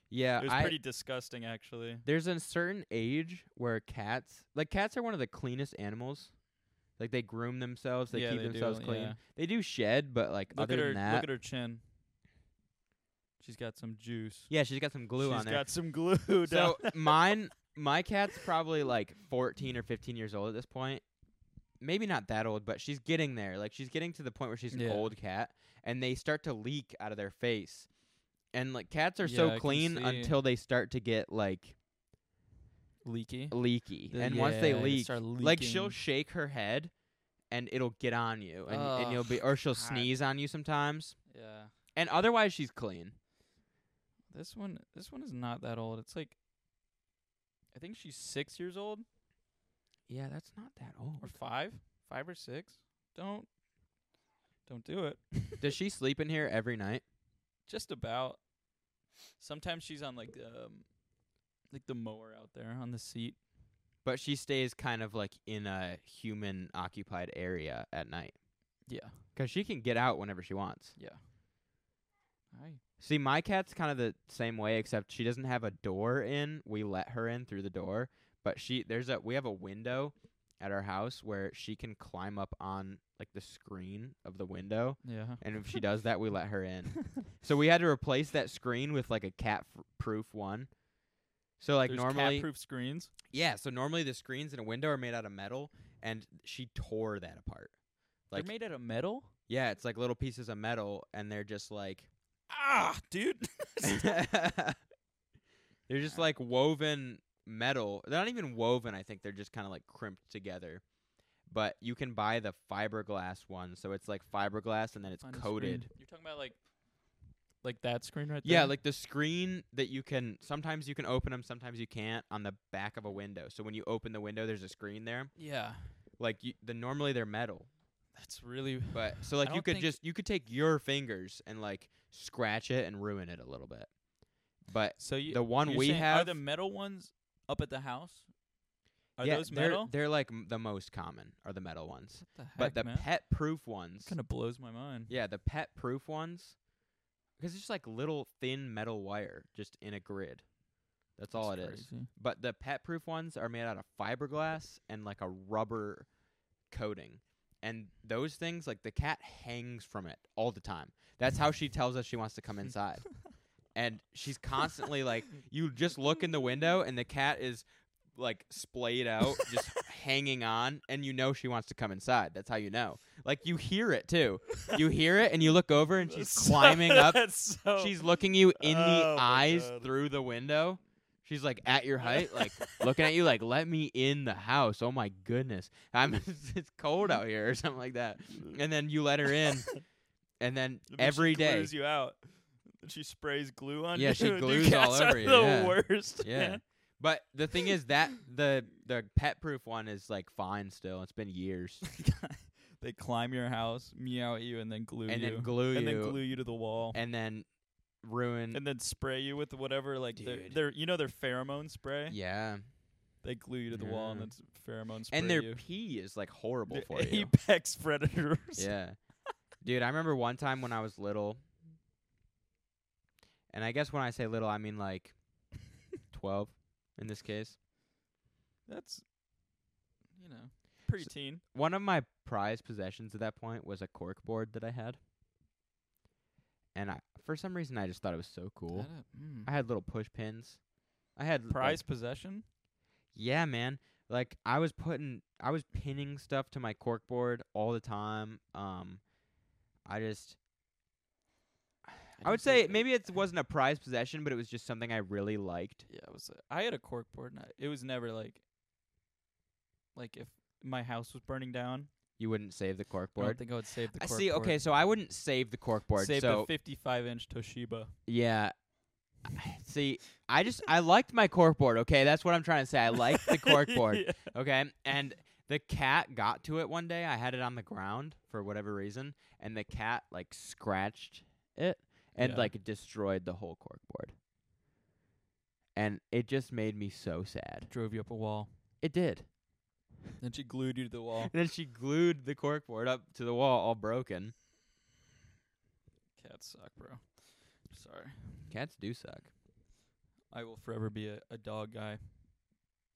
Yeah, It was Uh, I, pretty disgusting, actually. there's a certain age where cats like cats are one of the cleanest animals. Like they groom themselves, they yeah, keep they do, themselves clean. yeah. They do shed, but like Look other at her. than that, Look at her chin. She's got some juice. yeah, she's got some glue She's on there. got some glue. [LAUGHS] down. So mine, my cat's probably like 14 or 15 years old at this point. Maybe not that old, but she's getting there. Like she's getting to the point where she's an Yeah. old cat, and they start to leak out of their face. And like cats are Yeah, I so can clean see. until they start to get like leaky. leaky, The- and once they Uh, yeah, they leak, start like she'll leaking. shake her head, and it'll get on you, and, and you'll be, Ugh, or she'll God. sneeze on you sometimes. Yeah. And otherwise, she's clean. This one this one is not that old. It's like I think she's six years old Yeah, that's not that or old. five. Five or six. Don't don't do it. [LAUGHS] Does she sleep in here every night? Just about. Sometimes she's on like the um, like the mower out there on the seat. But she stays kind of like in a human occupied area at night. Yeah. 'Cause she can get out whenever she wants. Yeah. Hi. See, my cat's kind of the same way, except she doesn't have a door in. We let her in through the door, but she there's a we have a window at our house where she can climb up on like the screen of the window, Yeah. [LAUGHS] and if she does that, we let her in. So we had to replace that screen with like a cat f- proof one. So like There's normally, cat-proof screens. yeah. So normally the screens in a window are made out of metal, and she tore that apart. Like They're made out of metal. Yeah, it's like little pieces of metal, and they're just like Ah, dude. [LAUGHS] they're just like woven metal. They're not even woven. I think they're just kind of like crimped together. But you can buy the fiberglass one, so it's like fiberglass, and then it's On the screen. coated. You're talking about like like that screen right there. Yeah, like the screen that you can sometimes you can open 'em, sometimes you can't on the back of a window. So when you open the window, there's a screen there. Yeah. Like you, the normally they're metal, That's really But so like I you don't could think- just you could take your fingers and like scratch it and ruin it a little bit. But So you the one You're we saying- have are the metal ones up at the house. Are yeah, those they're, metal? They're like m- the most common are the metal ones. what the heck, but the man? pet proof ones. kind of blows my mind. Yeah, the pet proof ones. Because it's just like little thin metal wire just in a grid. That's all it is. But the pet proof ones are made out of fiberglass and like a rubber coating. And those things, like the cat hangs from it all the time. That's how she tells us she wants to come inside. and she's constantly like, you just look in the window and the cat is like splayed out, just hanging on, and you know she wants to come inside. That's how you know. Like you hear it too. You hear it and you look over and [LAUGHS] she's So- climbing up that's so- [LAUGHS] She's looking you in the Oh my eyes God. through the window. She's like at [LAUGHS] your height, like looking at you, like let me in the house. Oh my goodness, I'm [LAUGHS] it's cold out here or something like that. And then you let [LAUGHS] her in, And and then then every she day, glues you out. And She sprays glue on Yeah, you. [LAUGHS] she Dude, glues all cats are over you, The yeah. worst. yeah. man. But the thing is [LAUGHS] that the the pet proof one is like fine still. It's been years, [LAUGHS] they climb your house, meow at you, and then glue and you, then glue and you, then glue you to the wall, and then ruin. and then spray you with whatever like their, Dude. their you know their pheromone spray. yeah, They glue you to the wall, and Yeah. then s- pheromone spray and their you. pee is like horrible They're [LAUGHS] for you. apex predators. Yeah. [LAUGHS] Dude, I remember one time when I was little. And I guess when I say little, I mean like 12 in this case. That's you know pretty teen. One of my prized possessions at that point was a cork board that I had. And I for some reason I just uh, hmm. thought it was so cool. I had little push pins. I had like- Prize possession. yeah, man. Like I was putting I was pinning stuff to my corkboard all the time. Um I just I would used to- say maybe it wasn't a prized possession, but it was just something I really liked. Yeah, it was. uh, I had a cork board, and I, it was never like, like if my house was burning down, You wouldn't save the I don't corkboard. think I would save the. I Cork see. Okay, so I wouldn't save the corkboard. save so the 55 inch Toshiba. yeah. [SIGHS] See, I just I liked my corkboard. Okay, that's what I'm trying to say. I liked [LAUGHS] the corkboard. Yeah. Okay, and the cat got to it one day. I had it on the ground for whatever reason, and the cat like scratched it and Yeah. like destroyed the whole corkboard. And it just made me so sad. Drove you up a wall, It did. then she glued you to the [LAUGHS] wall. And then she glued the corkboard up to the wall, all broken. Cats suck, bro. Sorry, Cats do suck. I will forever be a, a dog guy.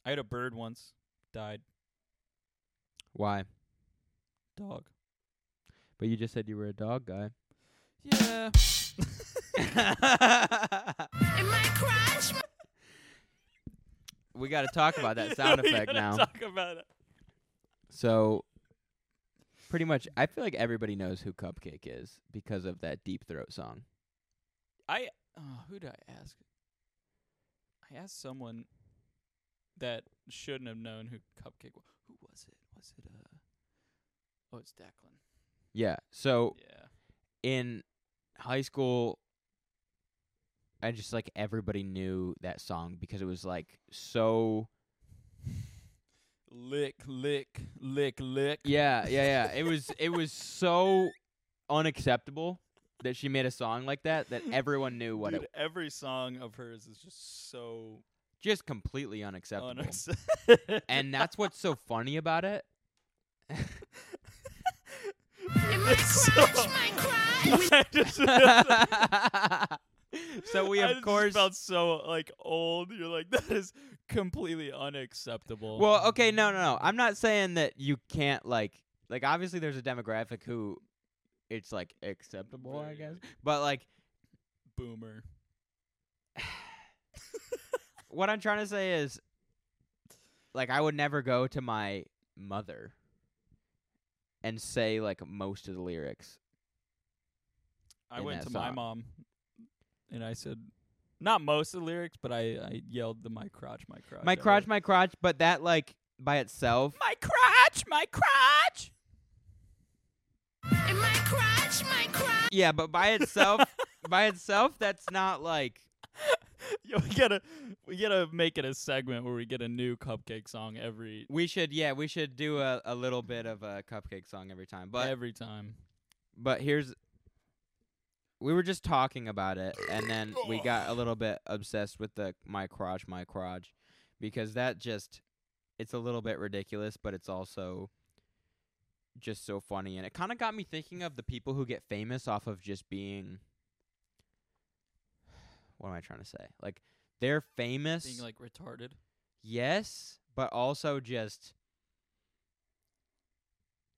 I had a bird once, died. Why? Dog. But you just said you were a dog guy. [LAUGHS] Yeah. we got to talk about [LAUGHS] that sound We effect gotta now. Talk about it. So, pretty much, I feel like everybody knows who Cupcake is because of that deep throat song. I oh, who did I ask? I asked someone that shouldn't have known who Cupcake was. Who was it? Was it uh? Oh, it's Declan. Yeah. So Yeah. in high school, I just like everybody knew that song because it was like so. Lick, lick, lick, lick. Yeah, yeah, yeah. It was [LAUGHS] it was so unacceptable that she made a song like that [LAUGHS] that everyone knew what Dude, it every song of hers is just so just completely unacceptable. unacceptable. [LAUGHS] and that's what's so funny about it. It's so- [LAUGHS] I just- [LAUGHS] so we I of just course felt so like old. You're like [LAUGHS] that is completely unacceptable. Well, okay, no, no, no. I'm not saying that you can't like like obviously there's a demographic who it's like acceptable, I Very, guess. like, But like boomer. what I'm trying to say is like I would never go to my mother and say like most of the lyrics. I in went that to my song. mom and I said not most of the lyrics, but I, I yelled the my crotch, my crotch. My over crotch, it. my crotch, but that like [LAUGHS] by itself my crotch, my crotch. Yeah, but by itself by itself that's not like [LAUGHS] Yo, we gotta we gotta make it a segment where we get a new cupcake song every we should yeah, we should do a, a little bit of a cupcake song every time. But every time. but here's we were just talking about it and then we got a little bit obsessed with the my crotch my crotch because that just it's a little bit ridiculous but it's also just so funny and it kind of got me thinking of the people who get famous off of just being [SIGHS] what am i trying to say like they're famous Being like retarded. yes, but also just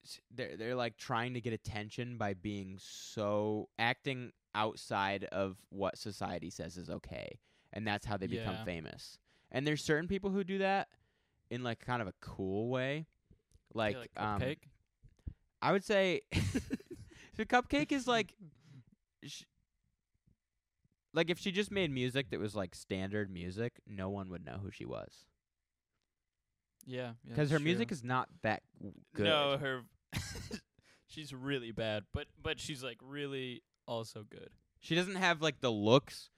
s- they're they're like trying to get attention by being so acting outside of what society says is okay, and that's how they Yeah. become famous. And there's certain people who do that in like kind of a cool way, like, Yeah, like um, cupcake. I would say [LAUGHS] so cupcake is like sh- like if she just made music that was like standard music, no one would know who she was. yeah. yeah, because her true. music is not that w- good. No, her [LAUGHS] she's really bad, but but she's like really also good. She doesn't have like the looks.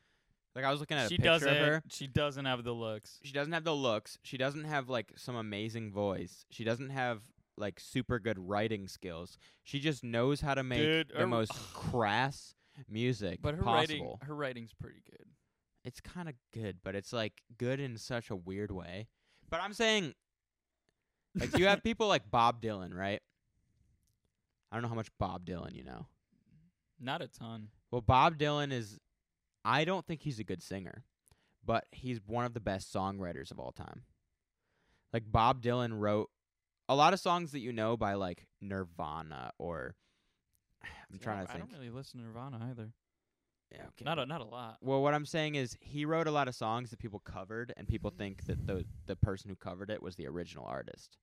Like I was looking at a she picture of doesn't her. she doesn't have the looks. She doesn't have the looks. She doesn't have like some amazing voice. She doesn't have like super good writing skills. She just knows how to make Dude, the her- [SIGHS] most crass music But her possible. writing her writing's pretty good. It's kind of good, but it's like good in such a weird way. But I'm saying like you have people like Bob Dylan, right? I don't know how much Bob Dylan you know. [LAUGHS] Not a ton. Well, Bob Dylan is I don't think he's a good singer, but he's one of the best songwriters of all time. Like Bob Dylan wrote a lot of songs that you know by like Nirvana or [SIGHS] I'm See, I trying don't- to think. I don't really listen to Nirvana either. Yeah, okay. Not a not a lot. well, what I'm saying is he wrote a lot of songs that people covered, and people think that the the person who covered it was the original artist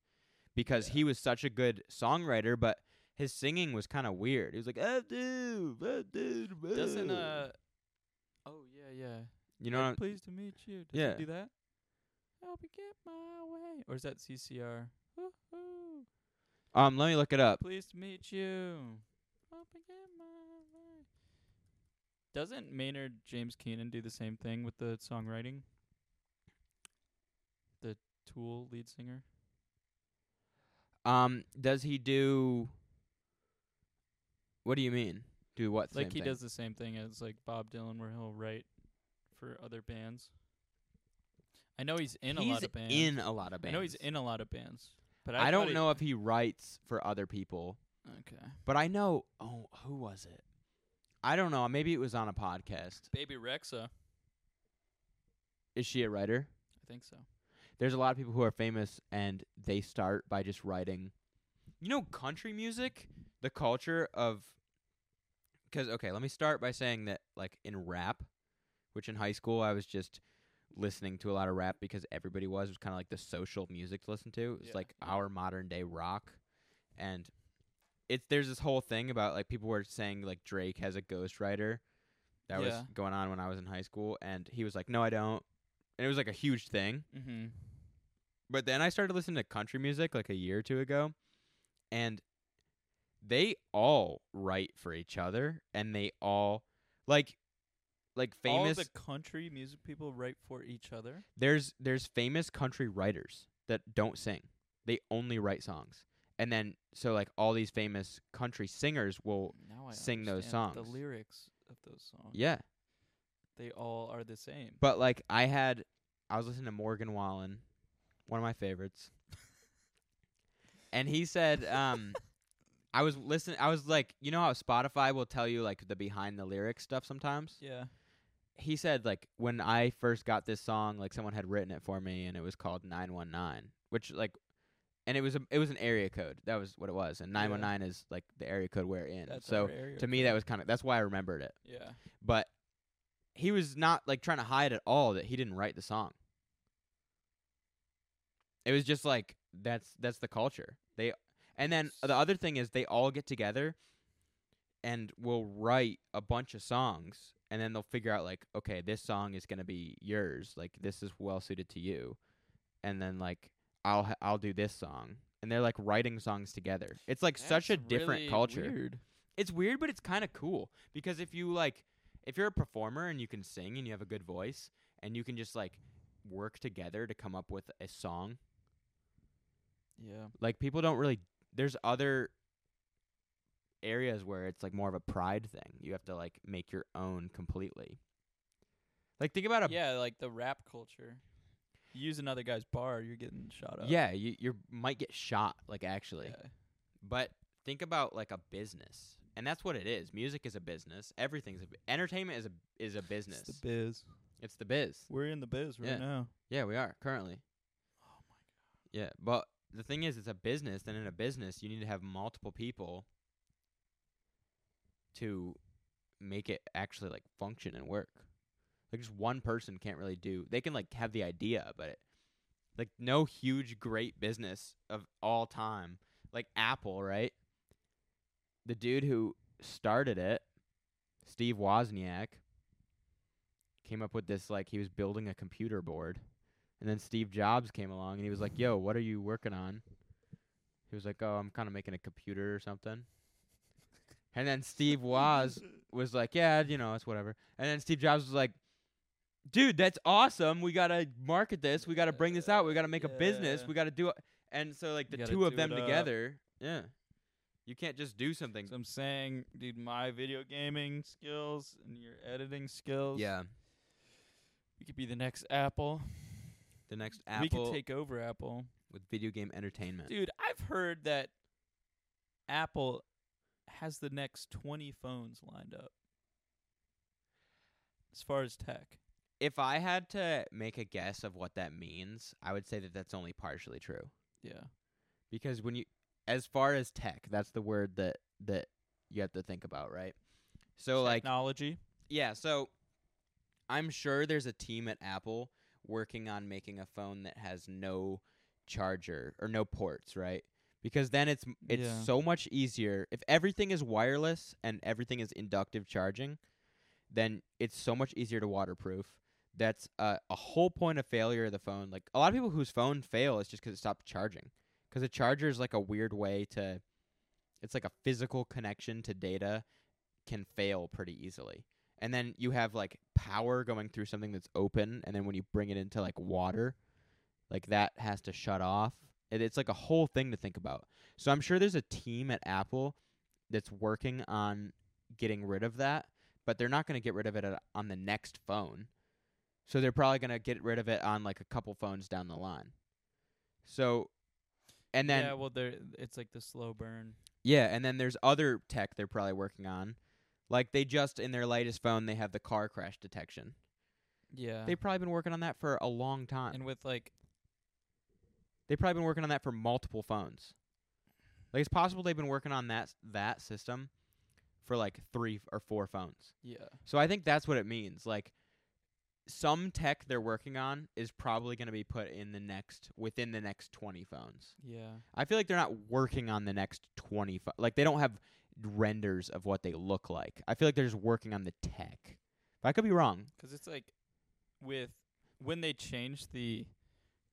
because Yeah. he was such a good songwriter, but his singing was kind of weird. He was like, "Ah, dude, ah, dude, ah." Doesn't uh Oh yeah, yeah. you know, what I'm- pleased to meet you. Does Yeah. it do that? Help me get my way. Or is that CCR? Woo-hoo. um, let me look it up. Pleased to meet you. Help me get my way. Doesn't Maynard James Keenan do the same thing with the songwriting? The Tool lead singer. Um, does he do? What do you mean? Do what? like same he thing? does the same thing as like Bob Dylan, where he'll write for other bands. I know he's in he's a lot of bands. in a lot of I bands. know he's in a lot of bands, but I, I thought don't he- know if he writes for other people, Okay, but I know. Oh, who was it? I don't know. Maybe it was on a podcast. Baby Rexa. I Is she a writer? think so. There's a lot of people who are famous and they start by just writing. You know, country music, the culture of. Because, okay, let me start by saying that, like, in rap, which in high school I was just listening to a lot of rap because everybody was. It was kind of like the social music to listen to. It's Yeah, like yeah. our modern day rock. And it's there's this whole thing about, like, people were saying, like, Drake has a ghostwriter. That was Yeah. going on when I was in high school. And he was like, no, I don't. And it was like a huge thing. Mm-hmm. But then I started listening to country music like a year or two ago, and they all write for each other, and they all like like famous. All the country music people write for each other. there's there's famous country writers that don't sing; they only write songs. And then so like all these famous country singers will Mm, Now I Sing those understand songs. The lyrics of those songs. yeah. they all are the same. But like I had, I was listening to Morgan Wallen, one of my favorites, and he said, [LAUGHS] um, I was listening. I was like, you know how Spotify will tell you like the behind the lyrics stuff sometimes. yeah, He said like when I first got this song, like someone had written it for me, and it was called Nine One Nine, which like. And it was a it was an area code. That was what it was. And nine one nine is like the area code we're in. that's so our area to me, code. that was kind of that's why I remembered it yeah. but he was not like trying to hide at all that he didn't write the song. It was just like that's that's the culture. They and then the other thing is they all get together and will write a bunch of songs and then they'll figure out like okay, this song is going to be yours. Like this is well suited to you. And then like I'll ha- I'll do this song. And they're like writing songs together. It's like such a That's different really culture weird. it's weird, but it's kind of cool because if you like, if you're a performer and you can sing and you have a good voice and you can just like work together to come up with a song, Yeah, like people don't really. There's other areas where it's like more of a pride thing. You have to like make your own completely. Like think about a yeah, like the rap culture. You use another guy's bar, you're getting shot up. yeah you you might get shot like actually. Yeah. But think about like a business. And that's what it is. Music is a business. Everything's a bu- entertainment is a is a business. It's the biz. it's the biz. We're in the biz right Yeah. now. Yeah, we are currently. Oh my Yeah, but the thing is, it's a business, and in a business, you need to have multiple people to make it actually like function and work. Like just one person can't really do. They can like have the idea, but it, like no huge great business of all time, like Apple, right? The dude who started it, Steve Wozniak, came up with this like he was building a computer board. And then Steve Jobs came along and he was like, "Yo, what are you working on?" He was like, "Oh, I'm kind of making a computer or something." And then Steve Woz was like, "Yeah, you know, it's whatever." And then Steve Jobs was like, "Dude, that's awesome. We got to market this. We got to bring this out. We got to make a business. Yeah. We got to do it." And so like You the gotta two of do them it up. together, yeah. You can't just do something. So I'm saying, dude, my video gaming skills and your editing skills. yeah. We could be the next Apple. The next We Apple could take over Apple. with video game entertainment. Dude, I've heard that Apple has the next 20 phones lined up as far as tech. If I had to make a guess of what that means, I would say that that's only partially true. Yeah. because when you as far as tech that's the word that that you have to think about right so like Technology. yeah, so I'm sure there's a team at Apple working on making a phone that has no charger or no ports, right? Because then it's m it's Yeah. so much easier if everything is wireless and everything is inductive charging, then it's so much easier to waterproof. That's a, a whole point of failure of the phone. Like a lot of people whose phone fail is just 'cause it stopped charging. 'Cause a charger is like a weird way to, it's like a physical connection to data can fail pretty easily. And then you have like power going through something that's open, and then when you bring it into like water, like that has to shut off. It, it's like a whole thing to think about. So I'm sure there's a team at Apple that's working on getting rid of that, but they're not going to get rid of it at, on the next phone. So they're probably going to get rid of it on like a couple phones down the line. So, and then yeah, well, there it's like the slow burn. yeah, and then there's other tech they're probably working on. Like they just in their latest phone they have the car crash detection. Yeah, They've probably been working on that for a long time. and with like they've probably been working on that for multiple phones. Like it's possible they've been working on that s- that system for like 3 or 4 phones. yeah, So I think that's what it means. Like some tech they're working on is probably going to be put in the next within the next 20 phones. yeah, I feel like they're not working on the next 25. Like they don't have renders of what they look like. I feel like they're just working on the tech. But I could be wrong. 'cause it's like with when they changed the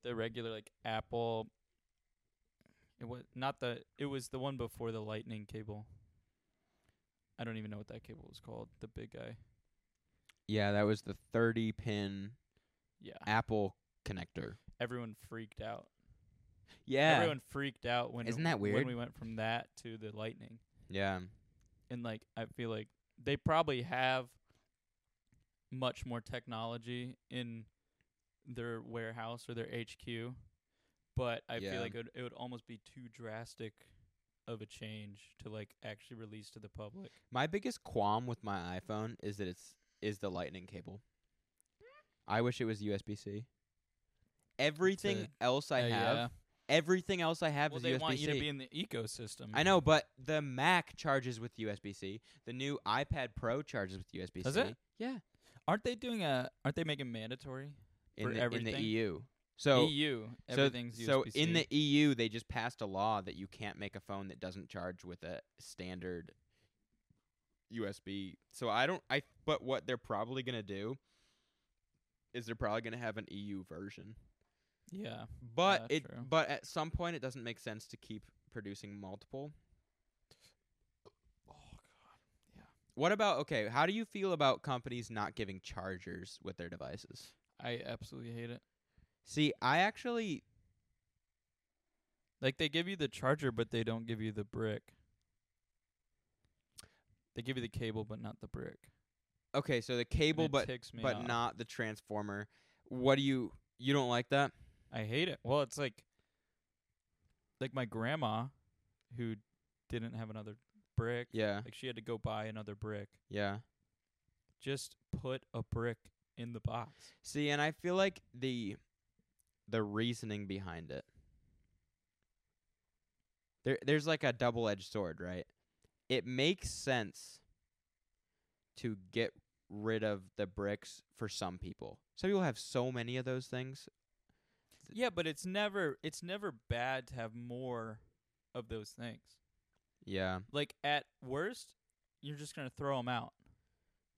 the regular like Apple. It was not the. It was the one before the Lightning cable. I don't even know what that cable was called. The big guy. Yeah, that was the 30 pin Yeah, Apple connector. everyone freaked out. Yeah. Everyone freaked out when Isn't that when weird? we went from that to the lightning. Yeah. And like I feel like they probably have much more technology in their warehouse or their HQ, but I Yeah. feel like it would, it would almost be too drastic of a change to like actually release to the public. My biggest qualm with my iPhone is that it's is the lightning cable. I wish it was USB-C. Everything a- else I Uh, have, everything else I have Well, is they USB-C. want you to be in the ecosystem. I know, but the Mac charges with USB C. The new iPad Pro charges with USB C. Does it? Yeah. Aren't they doing a? Aren't they making mandatory In For the in everything? the EU. So EU? so, Everything's so USB-C. in the EU they just passed a law that you can't make a phone that doesn't charge with a standard USB. So I don't I but what they're probably going to do is they're probably going to have an EU version. yeah. But Yeah, it true. but at some point it doesn't make sense to keep producing multiple. Oh god. What about okay, how do you feel about companies not giving chargers with their devices? I absolutely hate it. See, I actually Like they give you the charger, but they don't give you the brick. They give you the cable, but not the brick. okay, so the And cable it but ticks me but off. not the transformer. What do you you don't like that? I hate it. Well, it's like, like my grandma, who didn't have another brick. Yeah. Like she had to go buy another brick. Yeah. Just put a brick in the box. See, and I feel like the the reasoning behind it. There there's like a double-edged sword, right? It makes sense to get rid of the bricks for some people. Some people have so many of those things. Yeah, but it's never it's never bad to have more of those things. Yeah. Like at worst, you're just gonna throw 'em out.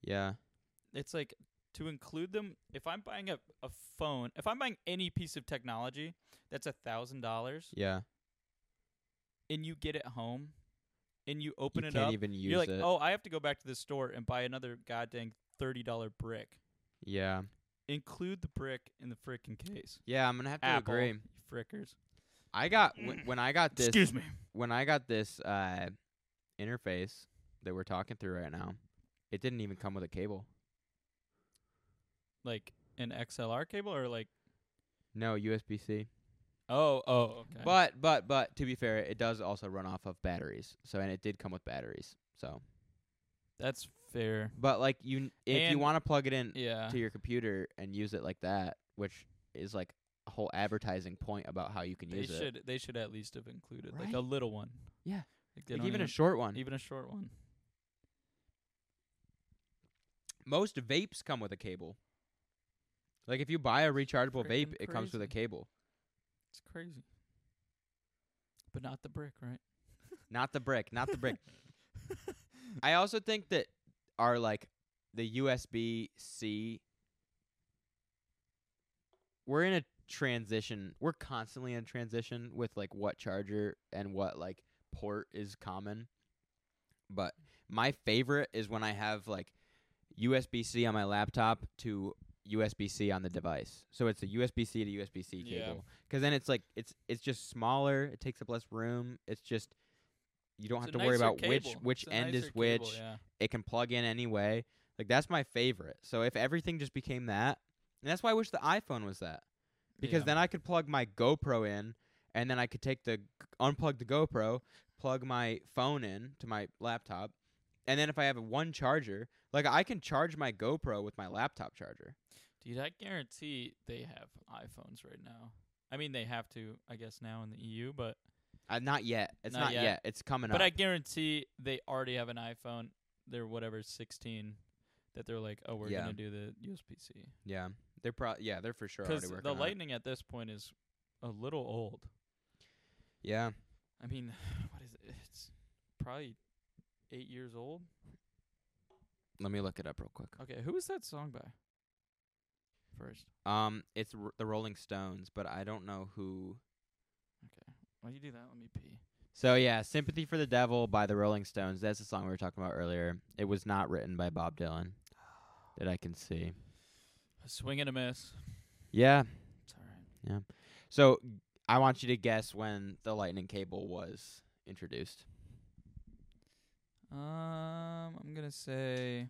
Yeah. it's like to include them if i'm buying a, a phone if i'm buying any piece of technology that's a thousand dollars Yeah. and you get it home and you open you it can't up even use you're like it. oh i have to go back to the store and buy another goddamn thirty dollar brick Yeah. include the brick in the frickin' case Yeah, I'm going to have to Apple, agree. you frickers I got wh- when [CLEARS THROAT] I got this me when I got this uh, interface that we're talking through right now, it didn't even come with a cable. like an xlr cable or like No USB C. oh oh okay But but but to be fair, it does also run off of batteries. So and it did come with batteries. So that's fair but like you n- if you And- want to plug it in yeah to your computer and use it like that, which is like a whole advertising point about how you can they use it. should they should at least have included like Right? a little one Yeah. like they don't Like even even a short one. even a short one Most vapes come with a cable. Like if you buy a rechargeable vape, Freaking it comes with a cable. It's crazy. But not the brick, right? Not the brick, not [LAUGHS] the brick. I also think that our like the USB C we're in a transition. We're constantly in transition with like what charger and what like port is common. But my favorite is when I have like USB C on my laptop to USB C on the device. So it's a USB C to USB C Yeah. cable. Cuz then it's like it's it's just smaller, it takes up less room. It's just you don't have to worry about which which end is which yeah. it can plug in anyway. Like that's my favorite. So if everything just became that, and that's why I wish the iPhone was that because then I could plug my GoPro in, and then I could take the unplug the GoPro, plug my phone in to my laptop, and then if I have one charger, like I can charge my GoPro with my laptop charger. Dude, I guarantee they have iPhones right now. I mean, they have to, I guess, now in the EU, but Uh, not yet. It's Not not, yet. yet. It's coming but up. I guarantee they already have an iPhone. They're whatever sixteen that they're like, oh, we're Yeah. gonna do the USB C yeah, they're pro. Yeah, they're for sure already because working the on it. Lightning at this point is a little old. Yeah, I mean, [SIGHS] what is it? It's probably eight years old. let me look it up real quick. Okay, who is that song by? First, Um, it's r- the Rolling Stones, but I don't know who. while you do that, let me pee. So yeah, "Sympathy for the Devil" by the Rolling Stones. That's the song we were talking about earlier. It was not written by Bob [SIGHS] Dylan, that I can see. A swing and a miss. Yeah. It's all right. So I want you to guess when the lightning cable was introduced. Um, I'm gonna say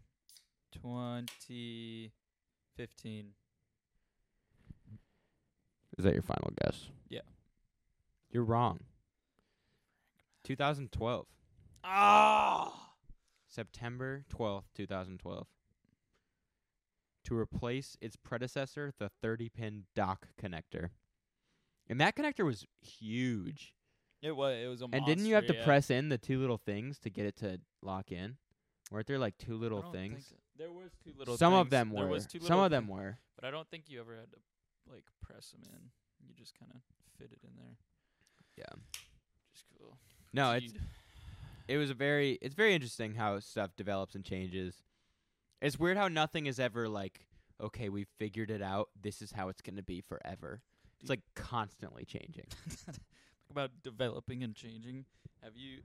2015. Is that your final guess? Yeah. You're wrong. 2012, Ah. September 12th, 2012. To replace its predecessor, the 30-pin dock connector. And that connector was huge. It was. It was a. And didn't you have to monster, yeah. press in the two little things to get it to lock in? Weren't there like two I little don't think things? so. There was two little. Some of things. them There were. was two Some little of them things, were. But I don't think you ever had to like press 'em in. You just kind of fit it in there. Yeah. Just cool. No, Dude, it's it was a very it's very interesting how stuff develops and changes. It's weird how nothing is ever like okay, we figured it out. This is how it's going to be forever. Dude. It's like constantly changing. talk [LAUGHS] about developing and changing. Have you,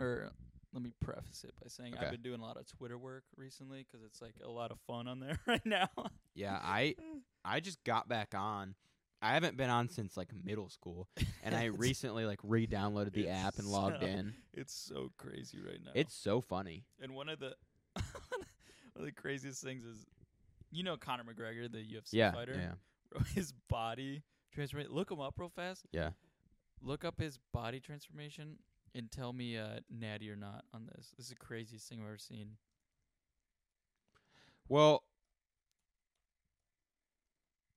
or let me preface it by saying I've Okay. been doing a lot of Twitter work recently 'cause it's like a lot of fun on there [LAUGHS] right now. Yeah, I I just got back on. I haven't been on since like middle school, and [LAUGHS] I It's- recently like re-downloaded the It's app and logged so- in. It's so crazy right now. It's so funny. and one of the [LAUGHS] one of the craziest things is, you know, Conor McGregor, the UFC Yeah, fighter, yeah. bro, [LAUGHS] his body transformation. Look him up real fast. Yeah. Look up his body transformation and tell me uh, natty or not on this. This is the craziest thing I've ever seen. Well,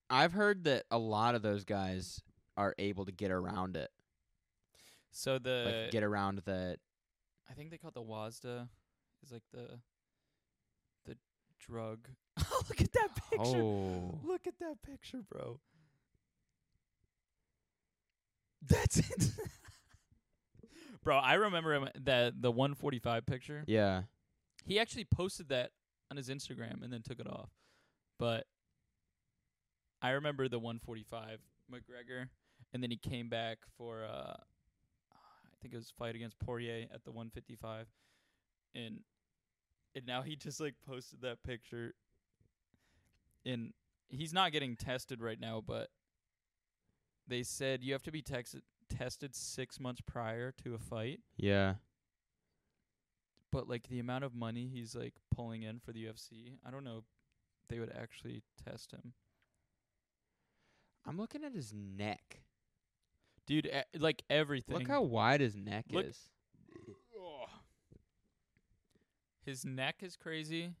I've heard that a lot of those guys are able to get around it, So the like get around the. I think they call it the WASDA is like the the drug. [LAUGHS] Look at that picture. Oh, Look at that picture, bro. That's it. [LAUGHS] bro, I remember him the the 145 picture. yeah. He actually posted that on his Instagram and then took it off. But I remember the 145 McGregor and then he came back for uh I think it was fight against Poirier at the 155 and and now he [LAUGHS] just like posted that picture and he's not getting tested right now but they said you have to be texted tested 6 months prior to a fight Yeah. but like the amount of money he's like pulling in for the UFC, I don't know if they would actually test him. I'm looking at his neck. Dude, e- like everything. Look how wide his neck Look- is. his neck is crazy.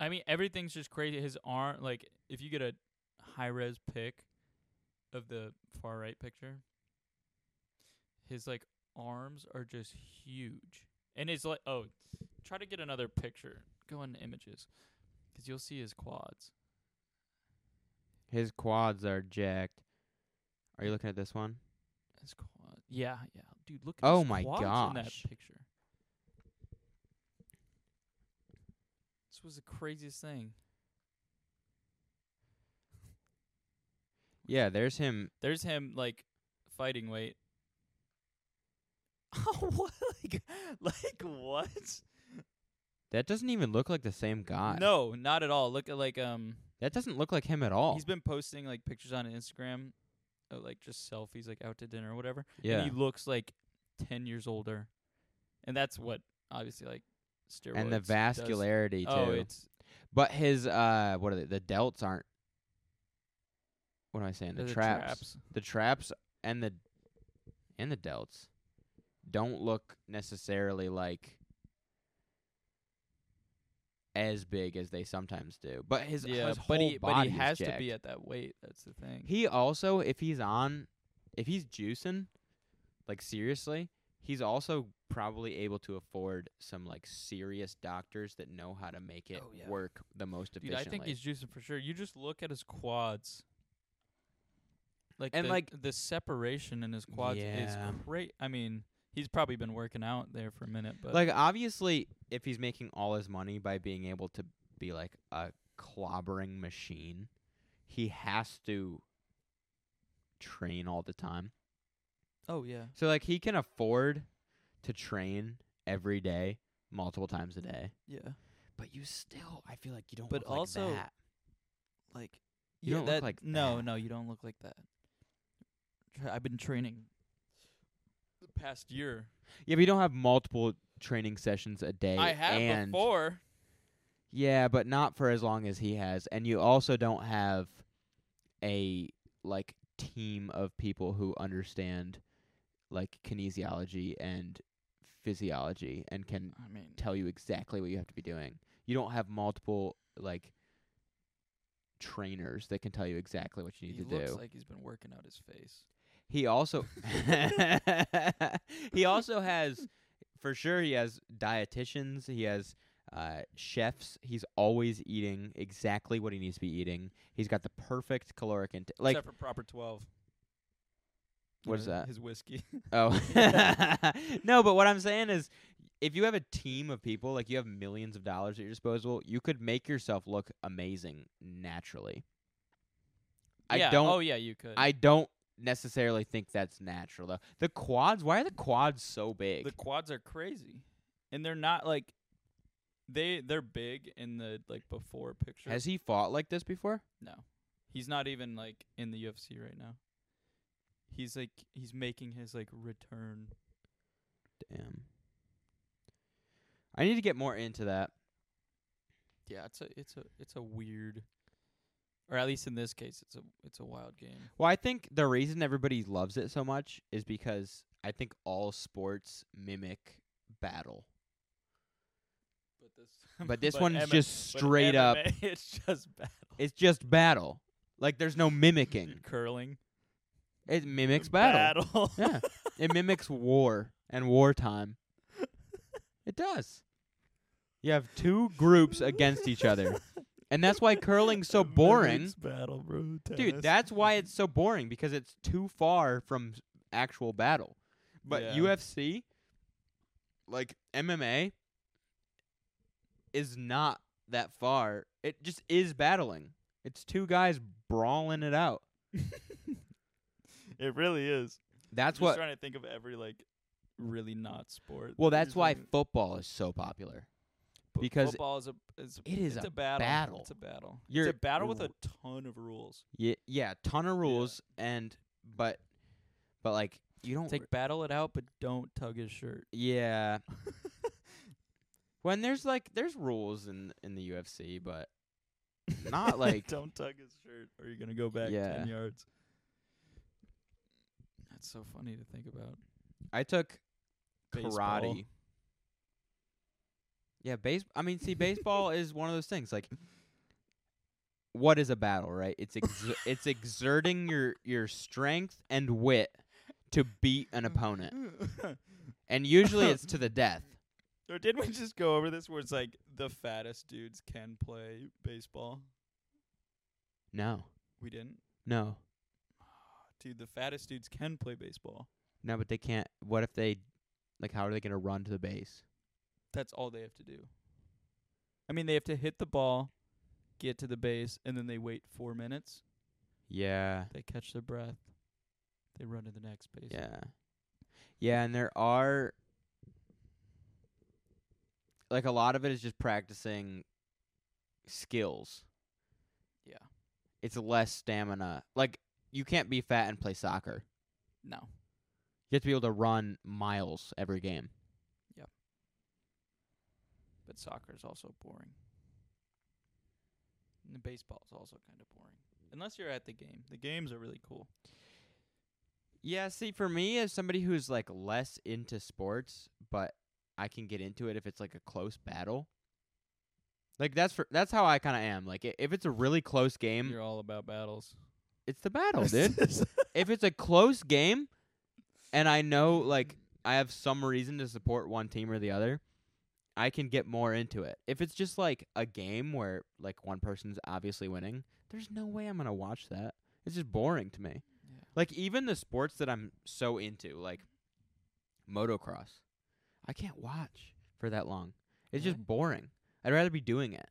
I mean, everything's just crazy. His arm, like if you get a high res pic of the far right picture, his like arms are just huge. And it's like, oh, try to get another picture go into images, 'cause you'll see his quads. His quads are jacked. Are you looking at this one? His quad. Yeah, yeah, dude. Look. at Oh his my quads In that gosh. picture. This was the craziest thing. Yeah, there's him. There's him like fighting weight. [LAUGHS] Oh what? Like, like what? That doesn't even look like the same guy. No, not at all. Look at like um That doesn't look like him at all. he's been posting like pictures on Instagram of like just selfies like out to dinner or whatever. yeah. And he looks like ten years older. And that's what obviously like steroids. And the does- vascularity Oh, too. it's but his uh what are they? The delts aren't What am I saying? The, they're traps. The traps and the and the delts don't look necessarily like as big as they sometimes do. But his, Yeah, his but whole he but body he is has to jacked. be at that weight. That's the thing. He also, if he's on, if he's juicing, like seriously, he's also probably able to afford some like serious doctors that know how to make it Oh, yeah. work the most Dude, efficiently. I think he's juicing for sure. You just look at his quads. Like And, the, like- the separation in his quads is Yeah. great. I mean, he's probably been working out there for a minute, but like obviously, if he's making all his money by being able to be like a clobbering machine, he has to train all the time. oh yeah, So like he can afford to train every day, multiple times a day. yeah, But you still, I feel like you don't. But look like also- that. like You yeah, don't look that- like no, that. no, you don't look like that. Tr- I've been training the past year. yeah, but you don't have multiple training sessions a day. I have and, before. Yeah, but not for as long as he has, and you also don't have a like team of people who understand like kinesiology and physiology and can I mean, tell you exactly what you have to be doing. You don't have multiple like trainers that can tell you exactly what you he need to looks do. like he's been working out his face. He also [LAUGHS] he also has for sure he has dietitians, he has uh, chefs. He's always eating exactly what he needs to be eating. He's got the perfect caloric intake. Like except for proper twelve. You What is know, that? His whiskey. [LAUGHS] oh Yeah. [LAUGHS] no, but what I'm saying is if you have a team of people, like you have millions of dollars at your disposal, you could make yourself look amazing naturally. yeah. [LAUGHS] I don't Oh yeah, you could. I don't necessarily think that's natural though. The quads, why are the quads so big? The quads are crazy, and they're not like they they're big in the like before picture. Has he fought like this before? no, he's not even like in the UFC right now. He's like he's making his like return. Damn. I need to get more into that. Yeah, it's a it's a it's a weird, or at least in this case, it's a it's a wild game. Well, I think the reason everybody loves it so much is because I think all sports mimic battle. [LAUGHS] But this But this one's M- just but straight [LAUGHS] up MMA, It's just battle. it's just battle. Like there's no [LAUGHS] mimicking. curling It mimics battle. Battle. [LAUGHS] yeah. [LAUGHS] It mimics war and wartime. It does. You have two groups against each other. And that's why [LAUGHS] curling's so boring. It's battle, bro. Dude, that's why it's so boring because it's too far from s- actual battle. But Yeah. UFC, like MMA, is not that far. It just is battling. It's two guys brawling it out. it really is. That's I'm what. Just trying to think of every like really not sport. Well, You're that's just why like- football is so popular. but because football is a is It is it's a a, battle. battle. It's a battle. You're- it's a battle with a ton of rules. Yeah, yeah, ton of rules and but, but like you don't. It's like battle it out, but don't tug his shirt. [LAUGHS] Yeah. when there's like there's rules in in the [LAUGHS] UFC, but Not like- don't tug his shirt, or you're gonna go back Yeah. ten yards. That's so funny to think about. I took karate. Baseball. Yeah, base. I mean, see, baseball is one of those things. Like, what is a battle, right? It's exer- it's exerting your your strength and Mm. [LAUGHS] wit to beat an opponent, and usually it's to the death. Or did we just go over this where it's like the fattest dudes can play baseball? No, We didn't. no, Dude, the fattest dudes can play baseball. no. But they can't. What if they, like, how are they gonna run to the base? That's all they have to do. I mean, they have to hit the ball, get to the base, and then they wait four minutes. Yeah, They catch their breath. They run to the next base. yeah, yeah. And there are, like, a lot of it is just practicing skills. Yeah. It's less stamina. Like, you can't be fat and play soccer. No. You have to be able to run miles every game. But soccer is also boring. And the baseball is also kind of boring. Unless you're at the game. The games are really cool. Yeah, see, for me, as somebody who's like less into sports, but I can get into it if it's like a close battle. Like that's for that's how I kind of am. Like i- if it's a really close game, You're all about [LAUGHS] battles. it's [LAUGHS] the [LAUGHS] battle, dude. if it's a close game, and I know like I have some reason to support one team or the other, I can get more into it. If it's just like a game where like one person's obviously winning, there's no way I'm gonna watch that. It's just boring to me. Yeah. Like even the sports that I'm so into, like motocross, I can't watch for that long. It's Really? just boring. I'd rather be doing it.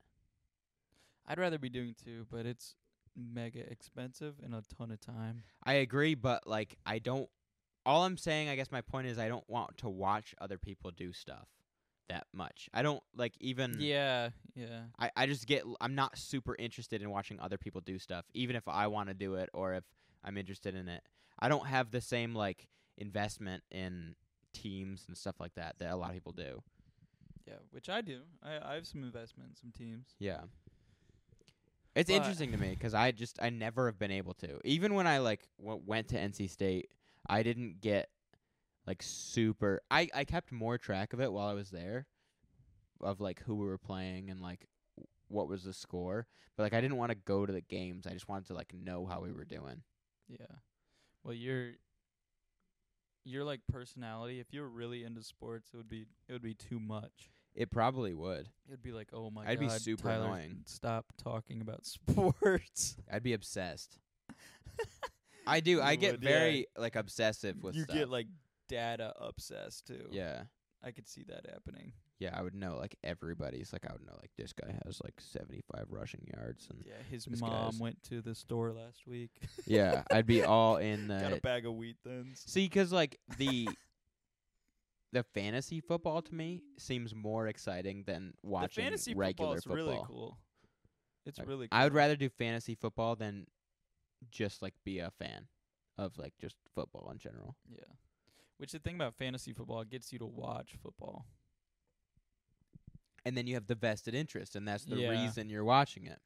I'd rather be doing two, but it's mega expensive and a ton of time. I agree, but like I don't. All I'm saying, I guess my point is, I don't want to watch other people do stuff that much. I don't like even. Yeah, yeah. I, I just get I'm not super interested in watching other people do stuff, even if I want to do it or if I'm interested in it. I don't have the same like investment in teams and stuff like that that a lot of people do. Yeah, which I do. I, I have some investment in some teams. Yeah. It's But- interesting to me 'cause I just I never have been able to. Even when I like w- went to NC State, I didn't get like super. I I kept more track of it while I was there, of like who we were playing and like w- what was the score. But like I didn't want to go to the games. I just wanted to like know how we were doing. Yeah. Well, your your like personality, if you're really into sports, it would be it would be too much. It probably would. It'd be like, "Oh my I'd be god, super Tyler, annoying. Stop talking about [LAUGHS] sports." I'd be obsessed. I do. I You get would, yeah. very like obsessive with you stuff. get like data obsessed too. yeah. I could see that happening. Yeah, I would know like everybody's like I would know like this guy has like 75 rushing yards and [LAUGHS] Yeah, his This mom guy's- went to the store last week. [LAUGHS] yeah, I'd be all [LAUGHS] in Got a the bag of wheat thins. See cuz like [LAUGHS] the the fantasy football to me seems more exciting than watching the fantasy regular football's really cool. It's Like, really cool. I would rather do fantasy football than just like be a fan of like just football in general. Yeah. Which the thing about fantasy football it gets you to watch football. And then you have the vested interest and that's the Yeah. reason you're watching it.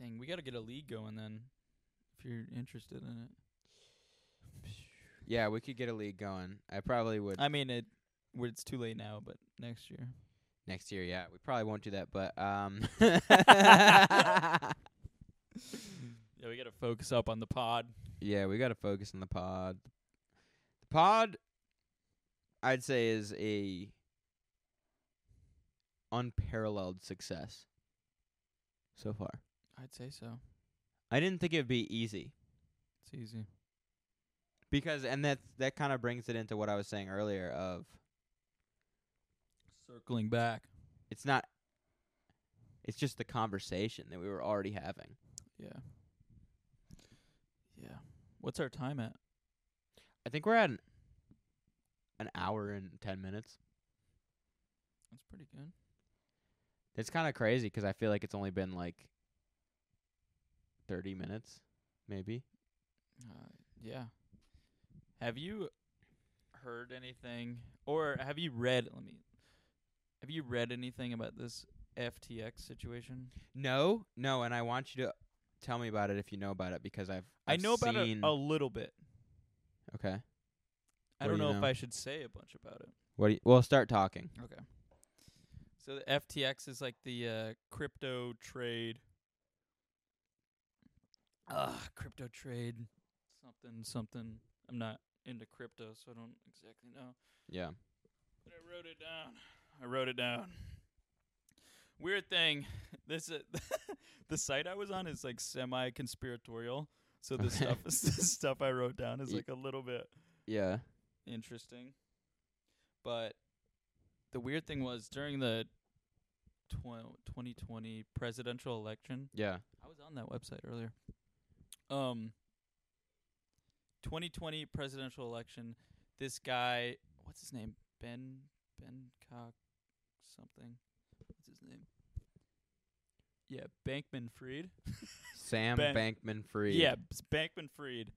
Dang, we got to get a league going then if you're interested in it. Yeah, we could get a league going. I probably would I mean it well, it's too late now, but next year. [LAUGHS] next year. Yeah, we probably won't do that, but um [LAUGHS] Yeah, we got to focus up on the pod. Yeah, we got to focus on the pod. The pod I'd say is a unparalleled success so far. I'd say so. I didn't think it'd be easy It's easy. because and that that kind of brings it into what I was saying earlier of Circling back. it's not it's just the conversation that we were already having. Yeah. Yeah. What's our time at? I think we're at an, an hour and 10 minutes. That's pretty good. It's kind of 'cause I feel like it's only been like 30 minutes maybe. Uh, yeah. Have you heard anything or have you read let me have you read anything about this FTX situation? No, no, and I want you to tell me about it if you know about it because I've, i I've know about it seen, a little bit. okay. I What don't do you know, if know? I should say a bunch about it. What? Do you, well, start talking. Okay. So the FTX is like the uh, crypto trade. Ah, crypto trade, something something. I'm not into crypto, so I don't exactly know. Yeah. But I wrote it down. I wrote it down. Weird thing. [LAUGHS] This uh, the site I was on is like semi conspiratorial. So the Okay. stuff [LAUGHS] the stuff I wrote down is Ye- like a little bit Yeah. interesting. But the weird thing was during the tw- 2020 presidential election, Yeah. I was on that website earlier. Um 2020 presidential election, this guy, what's his name? Ben Bencock something. What's his name? Yeah, Bankman Freed. Sam Ben- Bankman Fried. Yeah, it's Bankman Freed.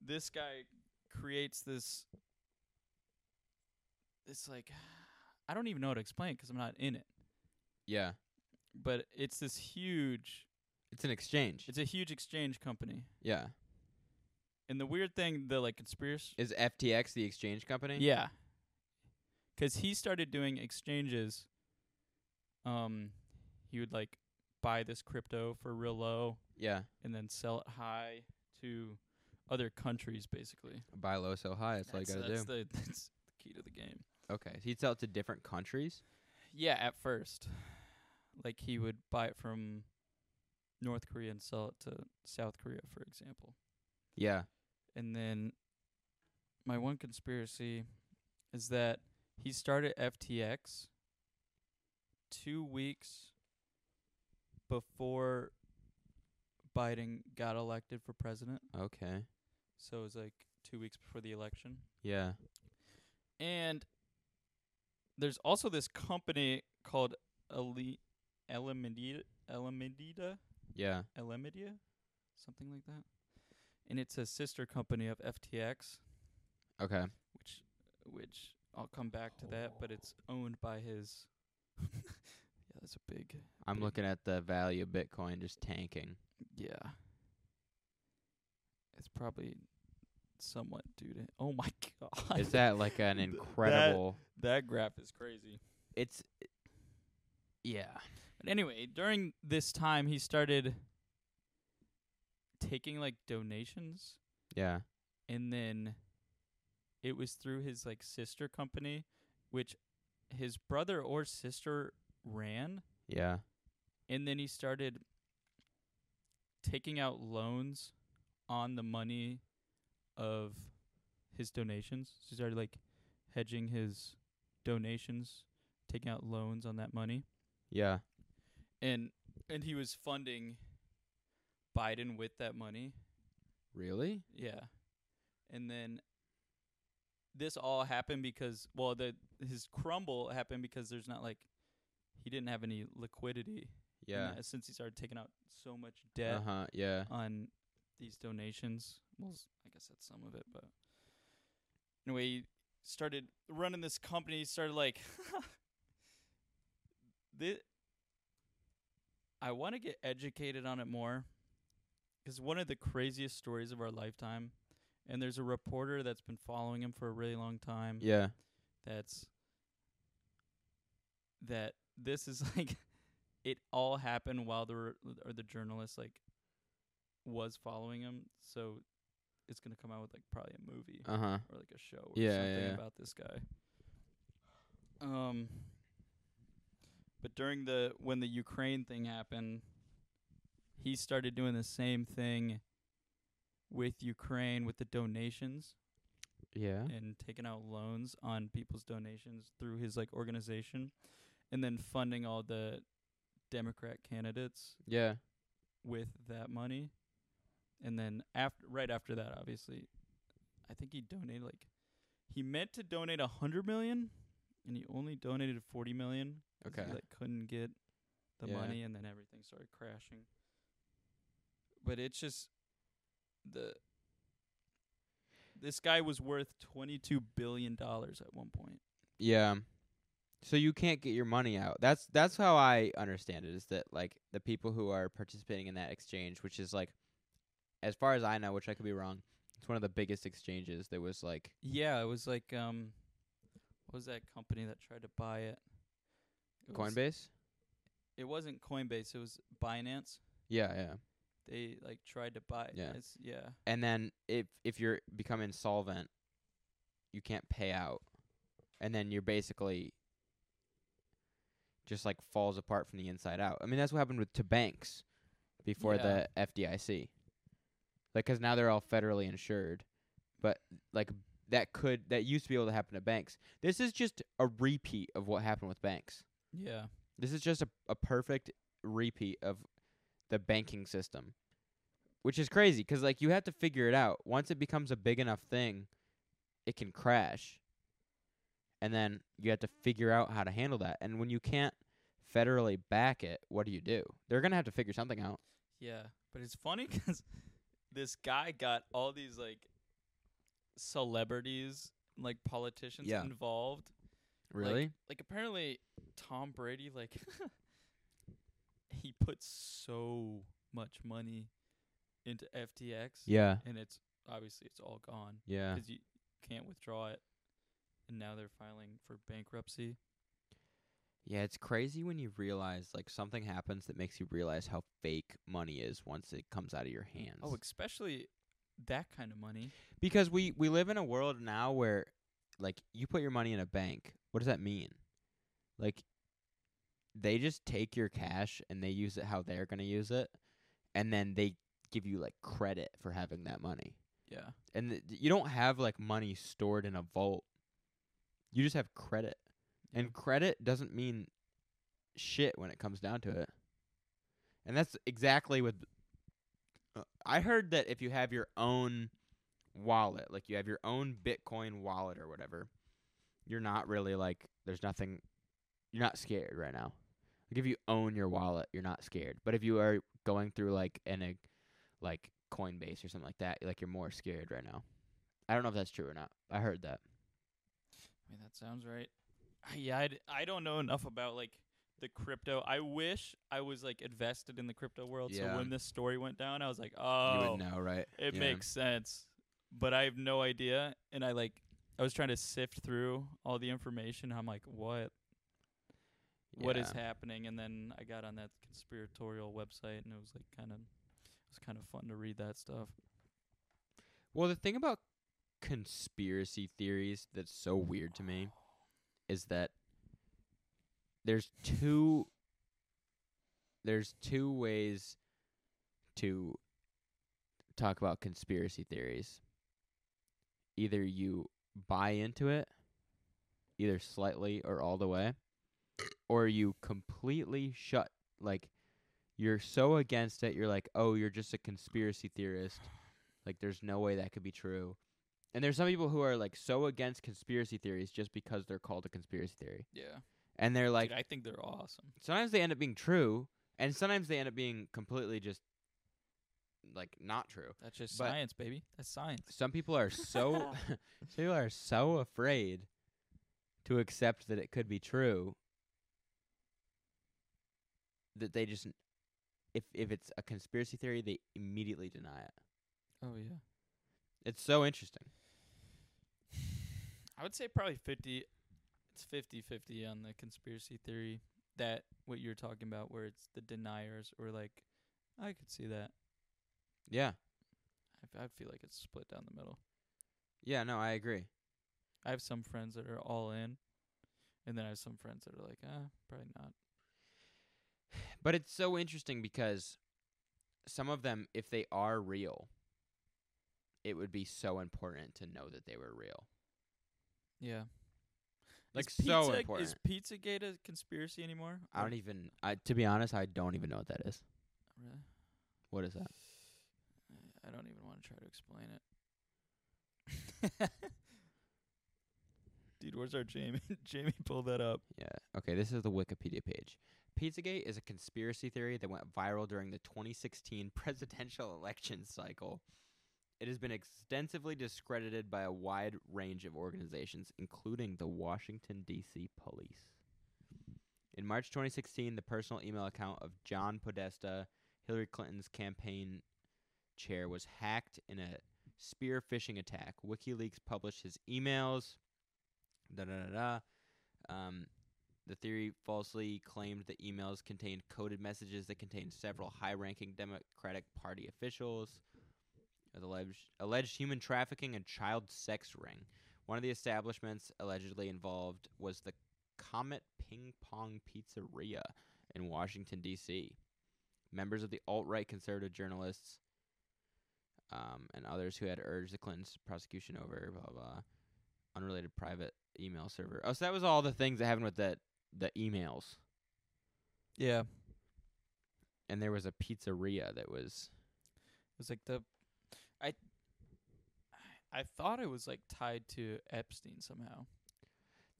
This guy creates this. It's like, I don't even know how to explain it 'cause I'm not in it. Yeah. But it's this huge. It's an exchange. It's a huge exchange company. yeah. And the weird thing, the like conspiracy. Is FTX the exchange company? Yeah. 'Cause he started doing exchanges. Um, he would like buy this crypto for real low Yeah. and then sell it high to other countries, basically. Buy low, sell high. That's all you gotta do. that's The, that's the key to the game. okay. So he'd sell it to different countries. Yeah, at first, like he would buy it from North Korea and sell it to South Korea, for example. Yeah. And then my one conspiracy is that he started FTX two weeks before Biden got elected for president. Okay. So it was like two weeks before the election. Yeah. And there's also this company called Ali Alamedida Alamedida Yeah. Alamedida something like that. And it's a sister company of FTX, Okay. which which I'll come back to that, but it's owned by his [LAUGHS] Yeah, that's a big I'm Big- looking at the value of Bitcoin just tanking. yeah. It's probably somewhat due to Oh my [LAUGHS] god. [LAUGHS] Is that like an Th- that- incredible? that graph is crazy. It's. Yeah. But anyway, during this time, he started taking like donations, Yeah. and then it was through his like sister company, which his brother or sister ran, Yeah. and then he started taking out loans on the money of his donations. So he started like hedging his donations, taking out loans on that money Yeah. and and he was funding Biden with that money. Really? Yeah, and then this all happened because well, the his crumble happened because there's not like he didn't have any liquidity. in Yeah. that- since he started taking out so much Uh debt huh. Yeah. on these donations. Well, s- I guess that's some of it, but anyway, he started running this company. Started like, [LAUGHS] this. I want to get educated on it more, because one of the craziest stories of our lifetime, and there's a reporter that's been following him for a really long time Yeah. that's that this is [LAUGHS] like it all happened while the r or the journalist like was following him so it's gonna come out with like probably a movie Uh huh. or like a show or Yeah, something yeah, yeah. about this guy um but during the when the ukraine thing happened he started doing the same thing with ukraine with the donations Yeah. and taking out loans on people's donations through his like organization and then funding all the democrat candidates Yeah. with that money and then after right after that obviously i think he donated like he meant to donate a hundred million and he only donated forty million 'cause Okay. he like couldn't get the Yeah. money and then everything started crashing but it's just the this guy was worth 22 billion dollars at one point Yeah. So you can't get your money out. That's that's how I understand it. Is that like the people who are participating in that exchange, which is like, as far as I know, which I could be wrong, it's one of the biggest exchanges. There was like, yeah it was like um what was that company that tried to buy it It was- Coinbase. it wasn't Coinbase, it was Binance. Yeah, yeah. They like tried to buy. Yeah. It's, yeah. And then if if you're become insolvent, you can't pay out. and then you're basically just like falls apart from the inside out. I mean, that's what happened with to banks before Yeah. the FDIC. Like 'cause now they're all federally insured, but like that could that used to be able to happen to banks. This is just a repeat of what happened with banks. Yeah. This is just a, a perfect repeat of the banking system, which is crazy 'cause like you have to figure it out. Once it becomes a big enough thing, it can crash, and then you have to figure out how to handle that. And when you can't federally back it, what do you do? They're gonna have to figure something out. Yeah, but it's funny [LAUGHS] 'cause this guy got all these like celebrities, like politicians Yeah. involved. Like apparently Tom Brady like [LAUGHS] he put so much money into FTX yeah. and it's obviously it's all gone Yeah. 'cause you can't withdraw it. And now they're filing for bankruptcy. Yeah, it's crazy when you realize like something happens that makes you realize how fake money is once it comes out of your hands. Oh, especially that kind of money. because we we live in a world now where like you put your money in a bank what does that mean like they just take your cash and they use it how they're going to use it and then they give you like credit for having that money Yeah. and th- you don't have like money stored in a vault you just have credit and credit doesn't mean shit when it comes down to it and that's exactly what uh, i heard that if you have your own wallet like you have your own bitcoin wallet or whatever you're not really like there's nothing you're not scared right now like if you own your wallet you're not scared but if you are going through like an a like coinbase or something like that like you're more scared right now i don't know if that's true or not i heard that I mean, that sounds right. Yeah, I'd, I don't know enough about like the crypto. I wish I was like invested in the crypto world. Yeah. So when this story went down, I was like, oh, you would know right it Yeah. makes sense. But I have no idea. And I like, I was trying to sift through all the information. I'm like, what? What is Yeah. happening? And then I got on that conspiratorial website, and it was like kind of, it was kind of fun to read that stuff. Well, the thing about conspiracy theories that's so weird to me is that there's two there's two ways to talk about conspiracy theories. Either you buy into it either slightly or all the way or you completely shut like you're so against it you're like, "Oh, you're just a conspiracy theorist." Like there's no way that could be true. And there's some people who are like so against conspiracy theories just because they're called a conspiracy theory. Yeah, And they're like like I think they're awesome. sometimes they end up being true and sometimes they end up being completely just like not true. That's just But- science, baby. That's science. Some people are so [LAUGHS] some people are so afraid to accept that it could be true that they just if if it's a conspiracy theory they immediately deny it. Oh yeah. It's so interesting. [SIGHS] I would say probably 50. It's fifty-fifty on the conspiracy theory that what you're talking about, where it's the deniers or like, I could see that. Yeah. I, f- I feel like it's split down the middle. Yeah, no, I agree. I have some friends that are all in, and then I have some friends that are like, ah, probably not. But it's so interesting because some of them, if they are real, it would be so important to know that they were real. Yeah. Like, is so pizza, Is important. Pizzagate a conspiracy anymore? I don't even. I to be honest, I don't even know what that is. Really? What is uh, that? I don't even want to try to explain it. [LAUGHS] Dude, where's our Jamie? [LAUGHS] Jamie pulled that up. Yeah. Okay, this is the Wikipedia page. Pizzagate is a conspiracy theory that went viral during the 2016 presidential election cycle. It has been extensively discredited by a wide range of organizations, including the Washington, D.C. police. In March 2016, the personal email account of John Podesta, Hillary Clinton's campaign chair, was hacked in a spear phishing attack. WikiLeaks published his emails. Da da da da. Um, the theory falsely claimed that emails contained coded messages that contained several high ranking Democratic Party officials. With alleged, alleged human trafficking and child sex ring, One of the establishments allegedly involved was the Comet Ping Pong Pizzeria in Washington, D.C. Members of the alt right conservative journalists um, and others who had urged the Clintons' prosecution over blah blah unrelated private email server. Oh, so that was all the things that happened with that the emails. Yeah, it And there was a pizzeria that was was like the I I thought it was like tied to Epstein somehow.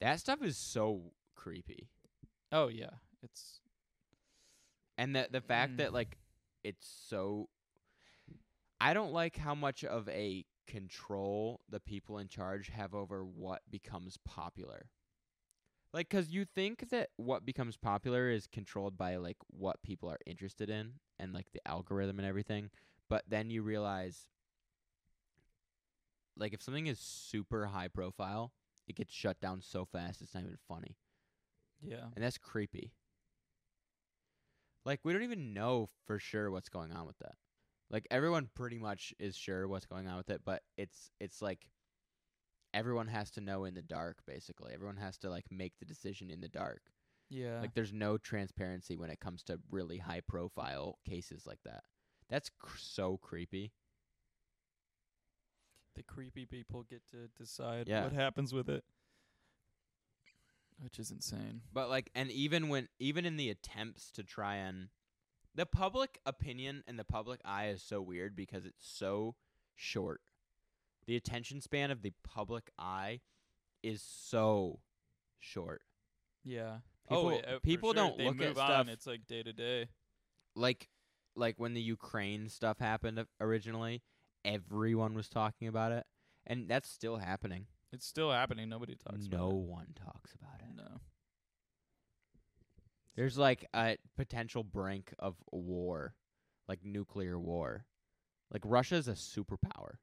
that stuff is so creepy. Oh yeah, it's And the the fact Mm. that like it's so I don't like how much of a control the people in charge have over what becomes popular. Like cuz you think that what becomes popular is controlled by like what people are interested in and like the algorithm and everything, but then you realize like if something is super high profile, it gets shut down so fast it's not even funny. yeah. And that's creepy. Like, we don't even know for sure what's going on with that. Like, everyone pretty much is sure what's going on with it, but it's it's like everyone has to know in the dark, basically. Everyone has to like make the decision in the dark. Yeah. Like, there's no transparency when it comes to really high profile cases like that. That's cr- so creepy. the creepy people get to decide Yeah. what happens with it. Which is insane. But like, and even when, even in the attempts to try and, the public opinion and the public eye is so weird because it's so short. The attention span of the public eye is so short. Yeah. People, oh, yeah, uh, for people sure. don't They look move at on. stuff It's like day to day. like, like when the Ukraine stuff happened o- originally, everyone was talking about it, and that's still happening. It's still happening. Nobody talks no about one talks about it. it. No. There's like a potential brink of war, like nuclear war. Like Russia's a superpower.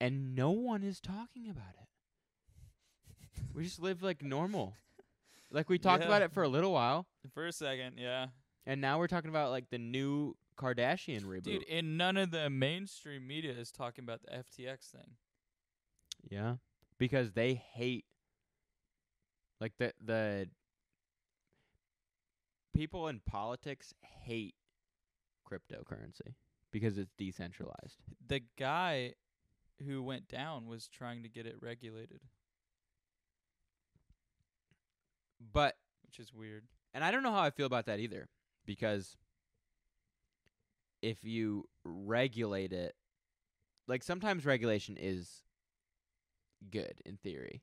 And no one is talking about it. We just live like normal. Like we talked Yeah. about it for a little while, For a second, yeah. and now we're talking about like the new Kardashian reboot. Dude, and none of the mainstream media is talking about the FTX thing. Yeah. Because they hate like the the people in politics hate cryptocurrency because it's decentralized. The guy who went down was trying to get it regulated, But which is weird. and I don't know how I feel about that either because if you regulate it like sometimes regulation is good in theory.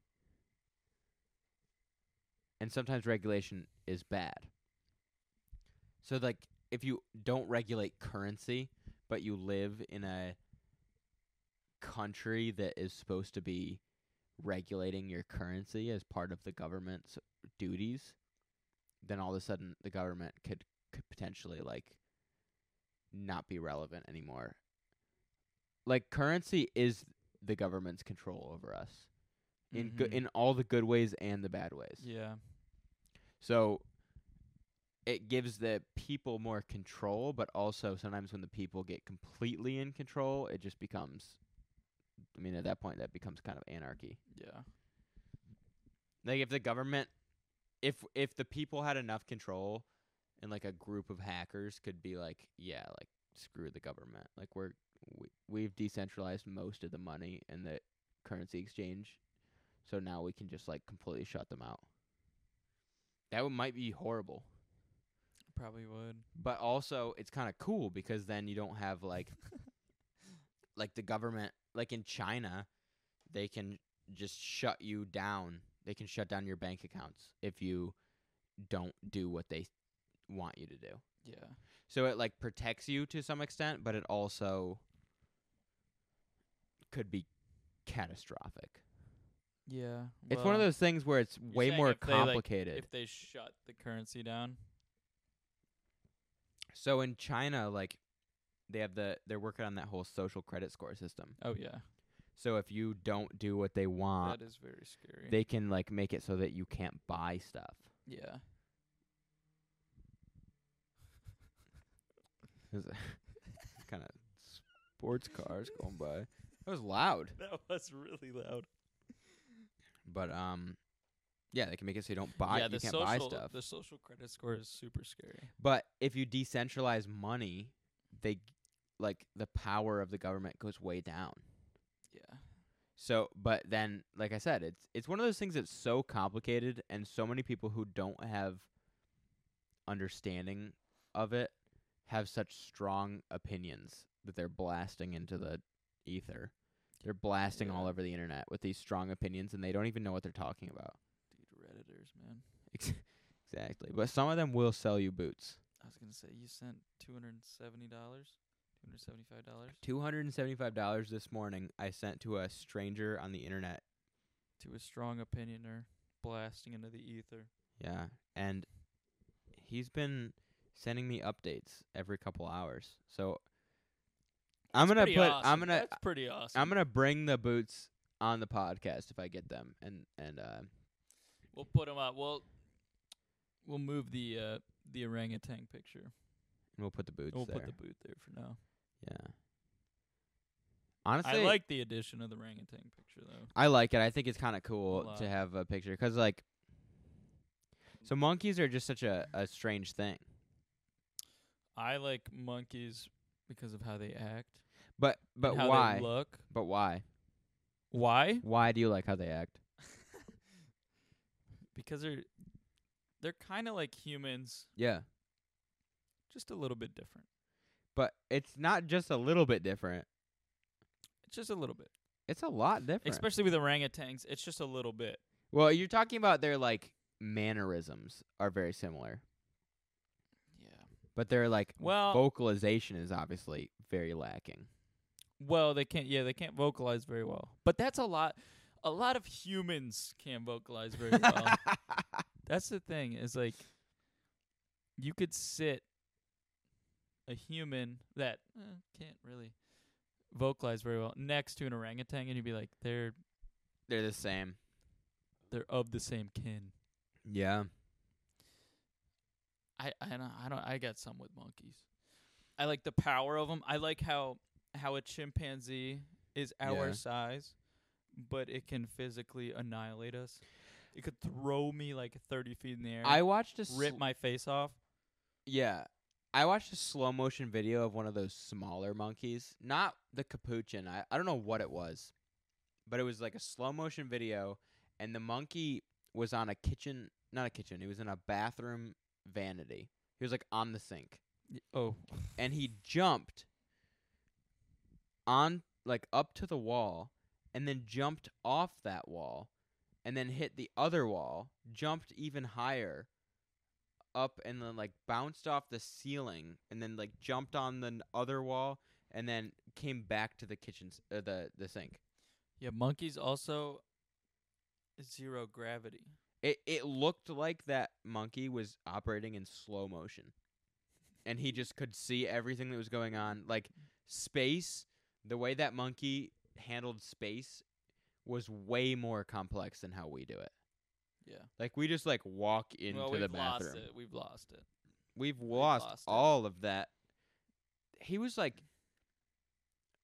And sometimes regulation is bad. So like if you don't regulate currency but you live in a country that is supposed to be regulating your currency as part of the government's duties then all of a sudden the government could could potentially like not be relevant anymore. Like currency is the government's control over us in go- Mhm. in all the good ways and the bad ways. yeah. So it gives the people more control, but also sometimes when the people get completely in control, it just becomes I mean at that point that becomes kind of anarchy. Yeah. Like if the government if if the people had enough control and like a group of hackers could be like, yeah, like screw the government. Like we're we, we've decentralized most of the money and the currency exchange. So now we can just like completely shut them out. That would, might be horrible, Probably would. but also it's kind of cool because then you don't [LAUGHS] have like like the government like in China, they can just shut you down. They can shut down your bank accounts if you don't do what they want you to do. Yeah. So it like protects you to some extent, but it also could be catastrophic. Yeah. it's one of well, those things where it's way saying more if they, like, complicated. If they shut the currency down. so in China, like they have the they're working on that whole social credit score system. Oh yeah. So if you don't do what they want, that is very scary. Uh, they can like make it so that you can't buy stuff. yeah. [LAUGHS] kind of sports cars going by. That was loud. That was really loud. But um, yeah, they can make it so you don't buy. yeah, you the can't social buy stuff. the social credit score is super scary. But if you decentralize money, they g- like the power of the government goes way down. Yeah. So, but then, like I said, it's it's one of those things that's so complicated, and so many people who don't have understanding of it have such strong opinions that they're blasting into the ether. They're blasting all Yeah. over the internet with these strong opinions, and they don't even know what they're talking about. Dude, redditors, man. Ex- exactly. But some of them will sell you boots. I was gonna say you sent two hundred and seventy dollars, two hundred seventy five dollars Two hundred and seventy-five dollars this morning. I sent to a stranger on the internet. to a strong opinioner blasting into the ether. Yeah, and he's been sending me updates every couple hours. So I'm That's gonna pretty put. I'm awesome. gonna. That's pretty awesome. I'm gonna bring the boots on the podcast if I get them, and and uh, We'll put 'em up. We'll we'll move the uh the orangutan picture. we'll put the boots we'll there. put the boot there for now. yeah. Honestly, I like the addition of the orangutan picture though. I like it. I think it's kind of cool lot. to have a picture 'cause like, so monkeys are just such a a strange thing. I like monkeys because of how they act. But and but how why? they look. But why? Why? Why do you like how they act? Because they're they're kind of like humans, Yeah. just a little bit different. But it's not just a little bit different. Just a little bit. It's a lot different. Especially with orangutans, it's just a little bit. well, you're talking about their like mannerisms are very similar, Yeah. but their like Well- vocalization is obviously very lacking. Well, they can't yeah, they can't vocalize very well. But that's a lot a lot of humans can't vocalize [LAUGHS] very well. that's the thing is like you could sit a human that uh, can't really vocalize very well next to an orangutan and you'd be like they're They're the same. they're of the same kin Yeah. i i don't i don't i got some with monkeys i like the power of 'em. i like how how a chimpanzee is our Yeah. size but it can physically annihilate us it could throw me like 30 feet in the air I watched a rip sl- my face off yeah. I watched a slow motion video of one of those smaller monkeys, not the capuchin. I, I don't know what it was, but it was like a slow motion video, and the monkey was on a kitchen, not a kitchen, he was in a bathroom vanity. He was like on the sink, Y- oh and he jumped on, like up to the wall, and then jumped off that wall, and then hit the other wall, jumped even higher up and then like bounced off the ceiling and then like jumped on the n- other wall and then came back to the kitchen s- uh, the the sink. Yeah, monkeys also zero gravity. It it looked like that monkey was operating in slow motion. And he just could see everything that was going on like space, the way that monkey handled space was way more complex than how we do it. Yeah. Like we just like walk into well, the we've bathroom. lost it. We've lost it. We've lost, lost it. all of that. He was like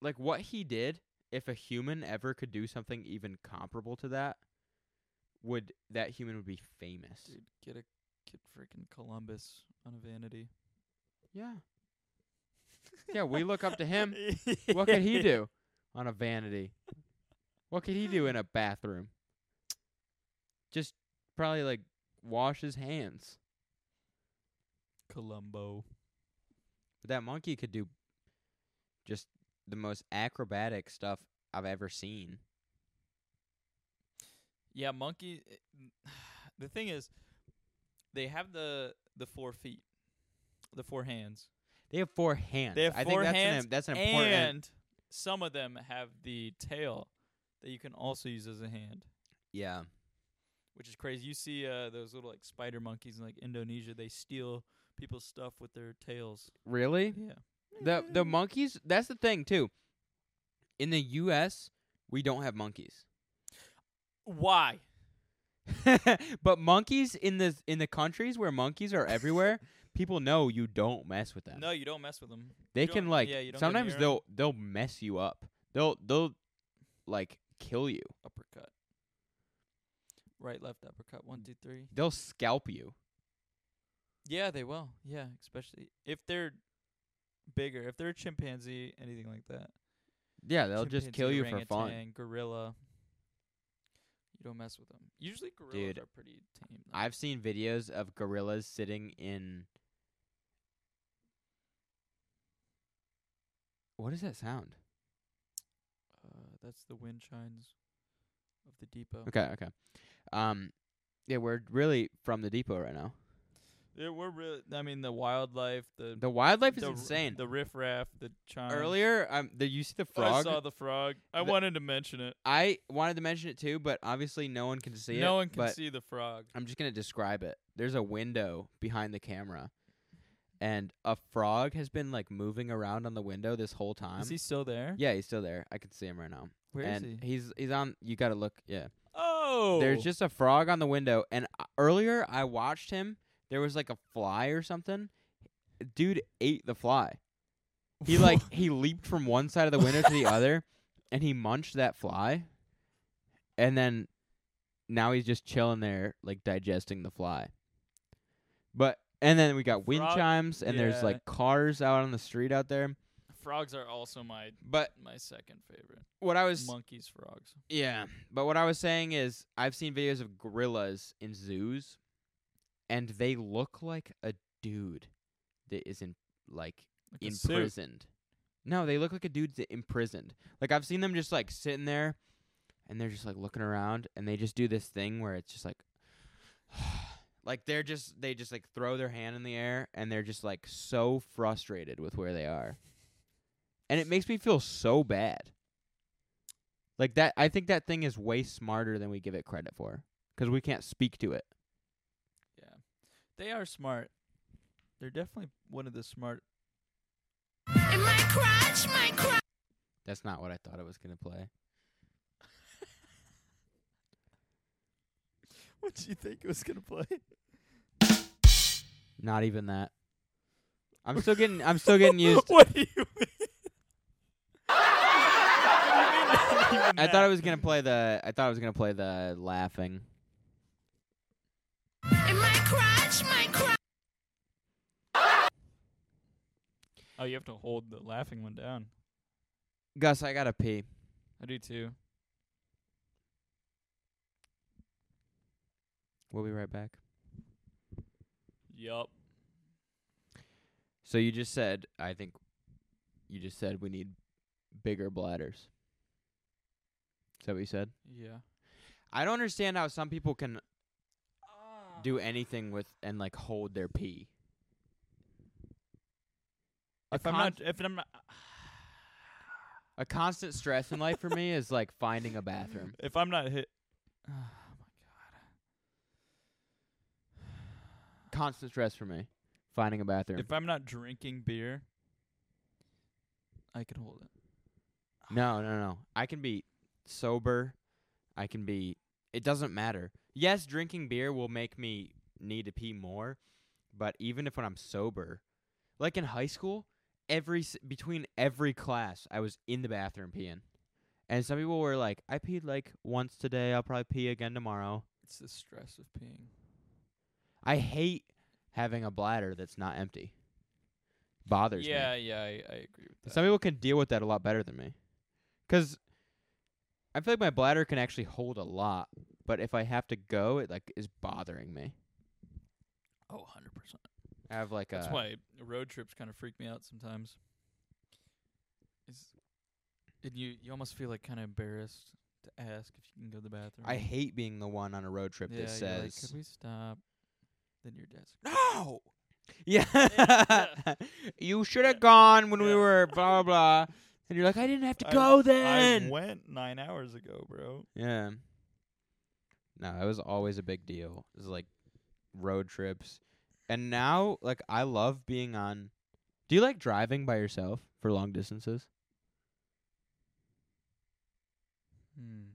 like what he did, if a human ever could do something even comparable to that, would that human would be famous. Dude, get a get freaking Columbus on a vanity. Yeah. Yeah, we look up [LAUGHS] to him. What could he do on a vanity? What could he do in a bathroom? Just probably like wash his hands. Columbo. But that monkey could do just the most acrobatic stuff I've ever seen. Yeah, monkey eh, [SIGHS] the thing is they have the the four feet. The four hands. They have four hands. They have I four think that's hands an that's an important And some of them have the tail that you can also use as a hand. yeah. which is crazy. You see uh, those little like spider monkeys in like Indonesia. They steal people's stuff with their tails. Really? Yeah. The the monkeys, that's the thing too. In the US, we don't have monkeys. Why? [LAUGHS] but monkeys in the in the countries where monkeys are everywhere, people know you don't mess with them. No, you don't mess with them. they you can don't- like yeah, you don't go sometimes near 'em. they'll they'll mess you up. They'll they'll like kill you. Uppercut. Right, left, uppercut. Mm. One, two, three. They'll scalp you. Yeah, they will. Yeah, especially if they're bigger. If they're a chimpanzee, anything like that. Yeah, they'll just kill you Chimpanzee, for fun. orangutan, Gorilla. You don't mess with them. Usually gorillas Dude, are pretty tame. though. I've seen videos of gorillas sitting in. What is that sound? uh, that's the wind chimes of the depot. Okay, okay. Um, yeah, we're really from the depot right now. Yeah, we're really. I mean, the wildlife, the The wildlife is the, r- insane. The riffraff, the chimes. Earlier, um, the, you see the frog. I saw the frog. I The- wanted to mention it. I wanted to mention it too, but obviously no one can see it. no one can but see the frog. I'm just gonna describe it. There's a window behind the camera, and a frog has been like moving around on the window this whole time. Is he still there? yeah, he's still there. I can see him right now. Where is and He's he's on. You gotta look. Yeah. Oh, There's just a frog on the window. And uh, earlier I watched him. There was like a fly or something. Dude ate the fly. He like he leaped from one side of the window to the other, and he munched that fly. And then now he's just chilling there, like digesting the fly. But and then we got wind Frog- chimes, and there's yeah. like cars out on the street out there. [LAUGHS] frogs are also my But my second favorite. what I was Monkeys, frogs. Yeah, but what I was saying is I've seen videos of gorillas in zoos, and they look like a dude that is in like Like a suit. imprisoned. No, they look like a dude that imprisoned. Like I've seen them just like sitting there, and they're just like looking around, and they just do this thing where it's just like, [SIGHS] like they're just they just like throw their hand in the air, and they're just like so frustrated with where they are, and it makes me feel so bad. Like that, I think that thing is way smarter than we give it credit for, because we can't speak to it. Yeah, they are smart. They're definitely one of the smart. In my crotch, my crotch. That's not what I thought I was gonna play. [LAUGHS] What do you think it was gonna [LAUGHS] play? Not even that. I'm still getting. I'm still getting used. [LAUGHS] what do you mean? I I thought I was gonna play the. I thought I was gonna play the laughing. In my crotch, my crotch. Oh, you have to hold the laughing one down. Gus, I gotta pee. I do too. We'll be right back. Yup. So you just said. I think. You just said we need bigger bladders. Is that what you said? Yeah. I don't understand how some people can do anything with and like hold their pee. A If I'm con- not, if I'm not, [LAUGHS] A constant stress in life for me is like finding a bathroom. if I'm not hit, [SIGHS] oh my Constant stress for me. Finding a god! bathroom. If I'm not drinking beer, I can hold it. no, no, no. I can be sober. I can be it doesn't matter. Yes, drinking beer will make me need to pee more, but even if when I'm sober, like in high school, every s between every class, I was in the bathroom peeing. And some people were like, "I peed like once today. I'll probably pee again tomorrow." It's the stress of peeing. I hate having a bladder that's not empty. Bothers me. yeah, yeah, I, I agree with that. Some people can deal with that a lot better than me. 'Cause I feel like my bladder can actually hold a lot, but if I have to go, it like is bothering me. oh, hundred percent. I have like That's a why road trips kind of freak me out sometimes. It's, and you, you almost feel like kind of embarrassed to ask if you can go to the bathroom. I hate being the one on a road trip yeah, that you're like, says "Could we stop?" Then your dad's like, no. [LAUGHS] Yeah. Yeah, you should have gone when we Yeah. were blah blah blah, and you're like, I didn't have to I- go then. I went nine hours ago, bro. Yeah. No, it was always a big deal. It was like road trips. And now, like, I love being on. Do you like driving by yourself for long distances? Hmm.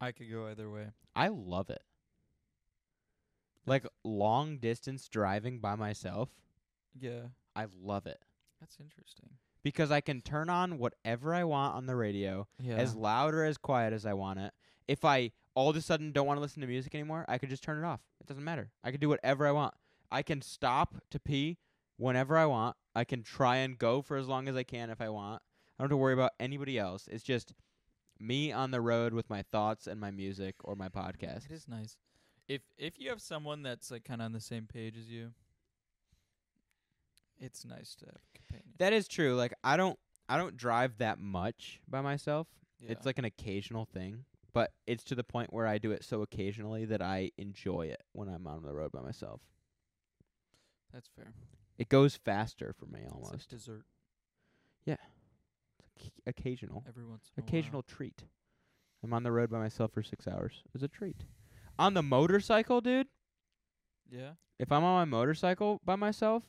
I could go either way. I love it. Like, long distance driving by myself, Yeah, I love it. that's interesting. because I can turn on whatever I want on the radio, Yeah. as loud or as quiet as I want it. If I all of a sudden don't want to listen to music anymore, I could just turn it off. It doesn't matter. I can do whatever I want. I can stop to pee whenever I want. I can try and go for as long as I can if I want. I don't have to worry about anybody else. It's just me on the road with my thoughts and my music or my podcast. it is nice. If if you have someone that's like kind of on the same page as you, it's nice to have a companion. That is true. Like I don't I don't drive that much by myself. It's Yeah. like an occasional thing, but it's to the point where I do it so occasionally that I enjoy it when I'm on the road by myself. that's fair. It goes faster for me It's like almost. dessert Occ- Occasional. every once in Occasional treat. I'm on the road by myself for 6 hours. It's a treat. On the motorcycle, dude, A while. if I'm on my motorcycle by myself,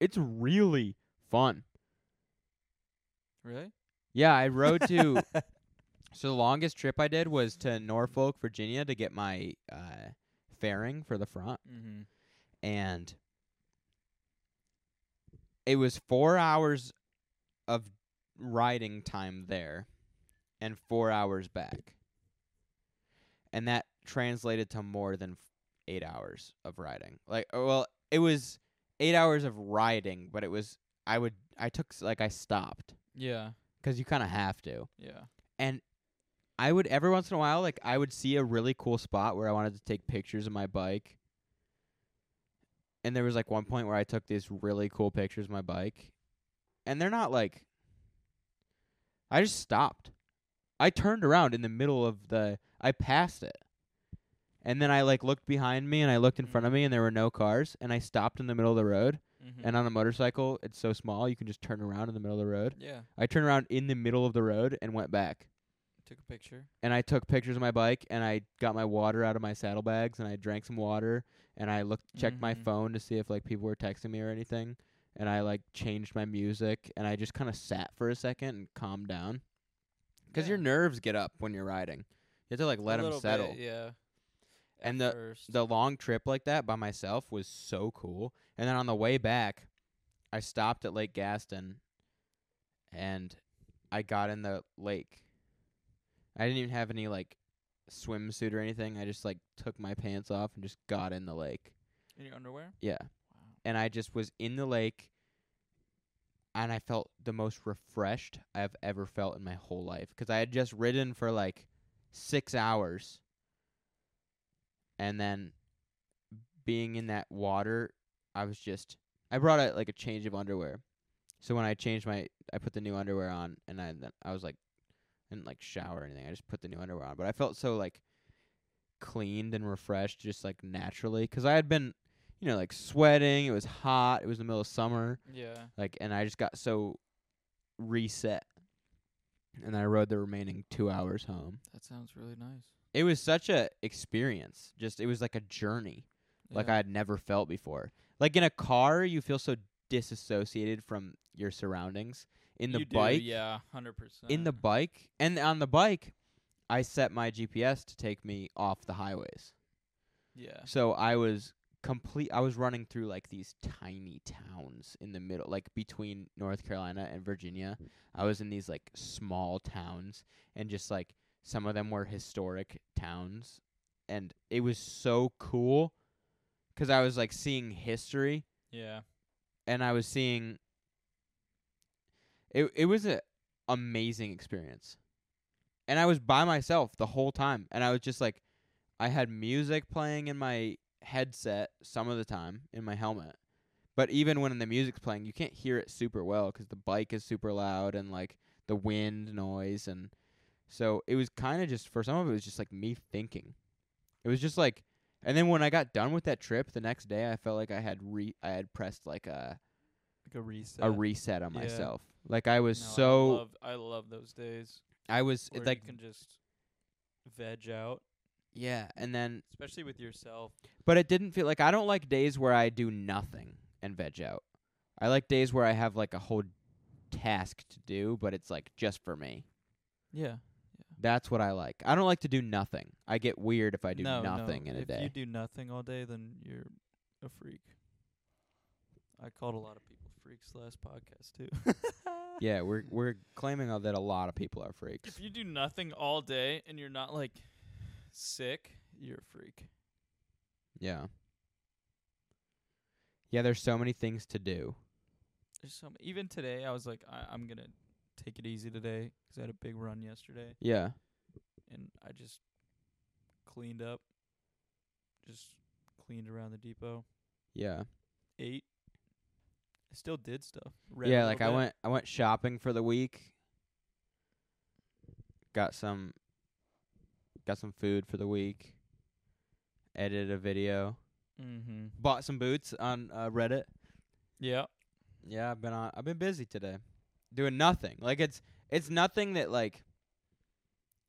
it's really fun. Yeah, really. Yeah, I rode to So the longest trip I did was to Norfolk, Virginia to get my uh fairing for the front mm-hmm. and it was 4 hours of riding time there and 4 hours back. And that translated to more than f- 8 hours of riding. Like uh, well, it was 8 hours of riding, but it was I would I took s like I stopped Yeah, 'cause you kind of have to. yeah. I would every once in a while, like I would see a really cool spot where I wanted to take pictures of my bike. And there was like one point where I took these really cool pictures of my bike. And they're not like I just stopped. I turned around in the middle of the I passed it. And then I like looked behind me and I looked in front of me and there were no cars and I stopped in the middle of the road. Mm-hmm. And on a motorcycle, it's so small you can just turn around in the middle of the road. yeah, I turned around in the middle of the road and went back took a picture. and I took pictures of my bike and I got my water out of my saddlebags and I drank some water and I looked checked my Mhm. phone to see if like people were texting me or anything and I like changed my music and I just kind of sat for a second and calmed down. 'Cause your Yeah. nerves get up when you're riding. You have to like let a 'em little settle. Bit, yeah. And At first. The long trip like that by myself was so cool. And then on the way back, I stopped at Lake Gaston and I got in the lake. I didn't even have any like swimsuit or anything. I just like took my pants off and just got in the lake. in your underwear. Yeah. Wow. And I just was in the lake and I felt the most refreshed I've ever felt in my whole life. 'Cause I had just ridden for like six hours and then being in that water, I was just I brought out like a change of underwear. So when I changed my I put the new underwear on and I then I was like I didn't like shower or anything. I just put the new underwear on. But I felt so like cleaned and refreshed just like naturally. 'Cause I had been you know like sweating, it was hot, it was the middle of summer Yeah. like and I just got so reset. And I rode the remaining 2 hours home. That sounds really nice. It was such a experience. Just it was like a journey like Yeah. I had never felt before. Like in a car, you feel so disassociated from your surroundings. In the You do, bike, yeah, hundred percent. in the bike, and on the bike, I set my GPS to take me off the highways. yeah, So I was complete. I was running through like these tiny towns in the middle, like between North Carolina and Virginia. I was in these like small towns, and just like some of them were historic towns, and it was so cool 'cause I was like seeing history yeah, and I was seeing it it was a amazing experience. And I was by myself the whole time and I was just like I had music playing in my headset some of the time in my helmet. But even when the music's playing, you can't hear it super well 'cause the bike is super loud and like the wind noise and so it was kind of just for some of it was just like me thinking. It was just like and then when I got done with that trip the next day, I felt like I had re I had pressed like a like a reset. a reset on Yeah. myself. Like I was No, so I love, I love those days I was where like you can just veg out, yeah, and then especially with yourself. but it didn't feel like I don't like days where I do nothing and veg out. I like days where I have like a whole task to do, but it's like just for me. Yeah, That's what I like. I don't like to do nothing. I get weird if I do no, nothing no. in a if day. you do [LAUGHS] nothing all day, then you're a freak. I called a lot of people freaks. freaks slash podcast too. [LAUGHS] Yeah, we're we're claiming uh, that a lot of people are freaks. If you do nothing all day and you're not like sick, you're a freak. Yeah. Yeah, there's so many things to do. There's some. Even today, I was like, I, I'm gonna take it easy today 'cause I had a big run yesterday, Yeah. and I just cleaned up, just cleaned around the depot. Yeah. Ate. I still did stuff. Read a yeah, little like I bit. went I went shopping for the week. Got some got some food for the week. Edited a video. Mm-hmm. Bought some boots on uh, Reddit. Yeah. Yeah, I've been on I've been busy today. Doing nothing. Like it's it's nothing that like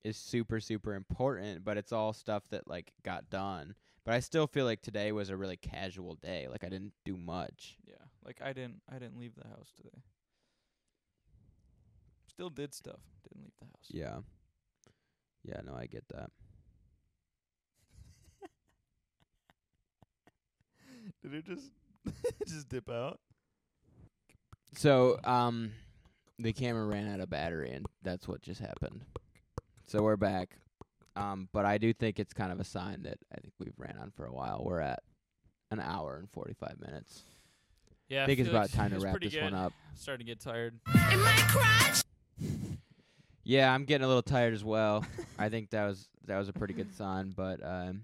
is super super important, but it's all stuff that like got done. But I still feel like today was a really casual day. Like I didn't do much. Yeah, like I didn't I didn't leave the house today. Still did stuff. Didn't leave the house. Yeah. Yeah, no, I get that. Did it just [LAUGHS] just dip out? So, um, the camera ran out of battery, and that's what just happened. So we're back. Um, but I do think it's kind of a sign that I think we've ran on for a while. We're at an hour and 45 minutes. Yeah, I think it's about time to wrap this one up. Starting to get tired. in my crotch, Yeah, I'm getting a little tired as well. I think that was that was a pretty good sign, but um,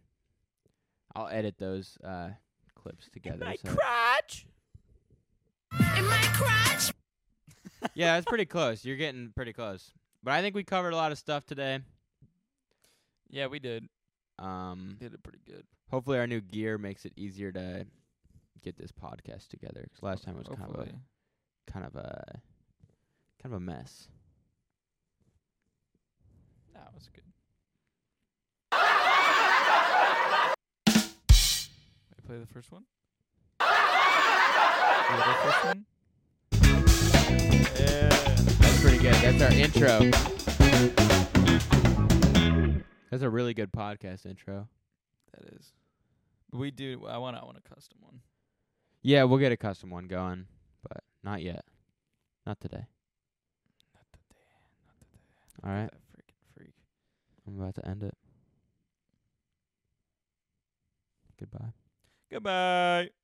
I'll edit those uh, clips together. so- crotch. in my crotch, yeah, it's pretty close. You're getting pretty close. But I think we covered a lot of stuff today. Yeah, we did. Um, Did it pretty good. hopefully our new gear makes it easier to get this podcast together. 'Cause last time it was Hopefully. kind of a kind of a kind of a mess. Nah, it was [LAUGHS] good. I play the first one. Play the first one. Yeah. That's pretty good. That's our intro. That's a really good podcast intro. That is. We do. I want. I want a custom one. Yeah, we'll get a custom one going, but not yet. Not today. Not the day. Not the day. All right, That freaking freak. I'm about to end it. Goodbye. Goodbye.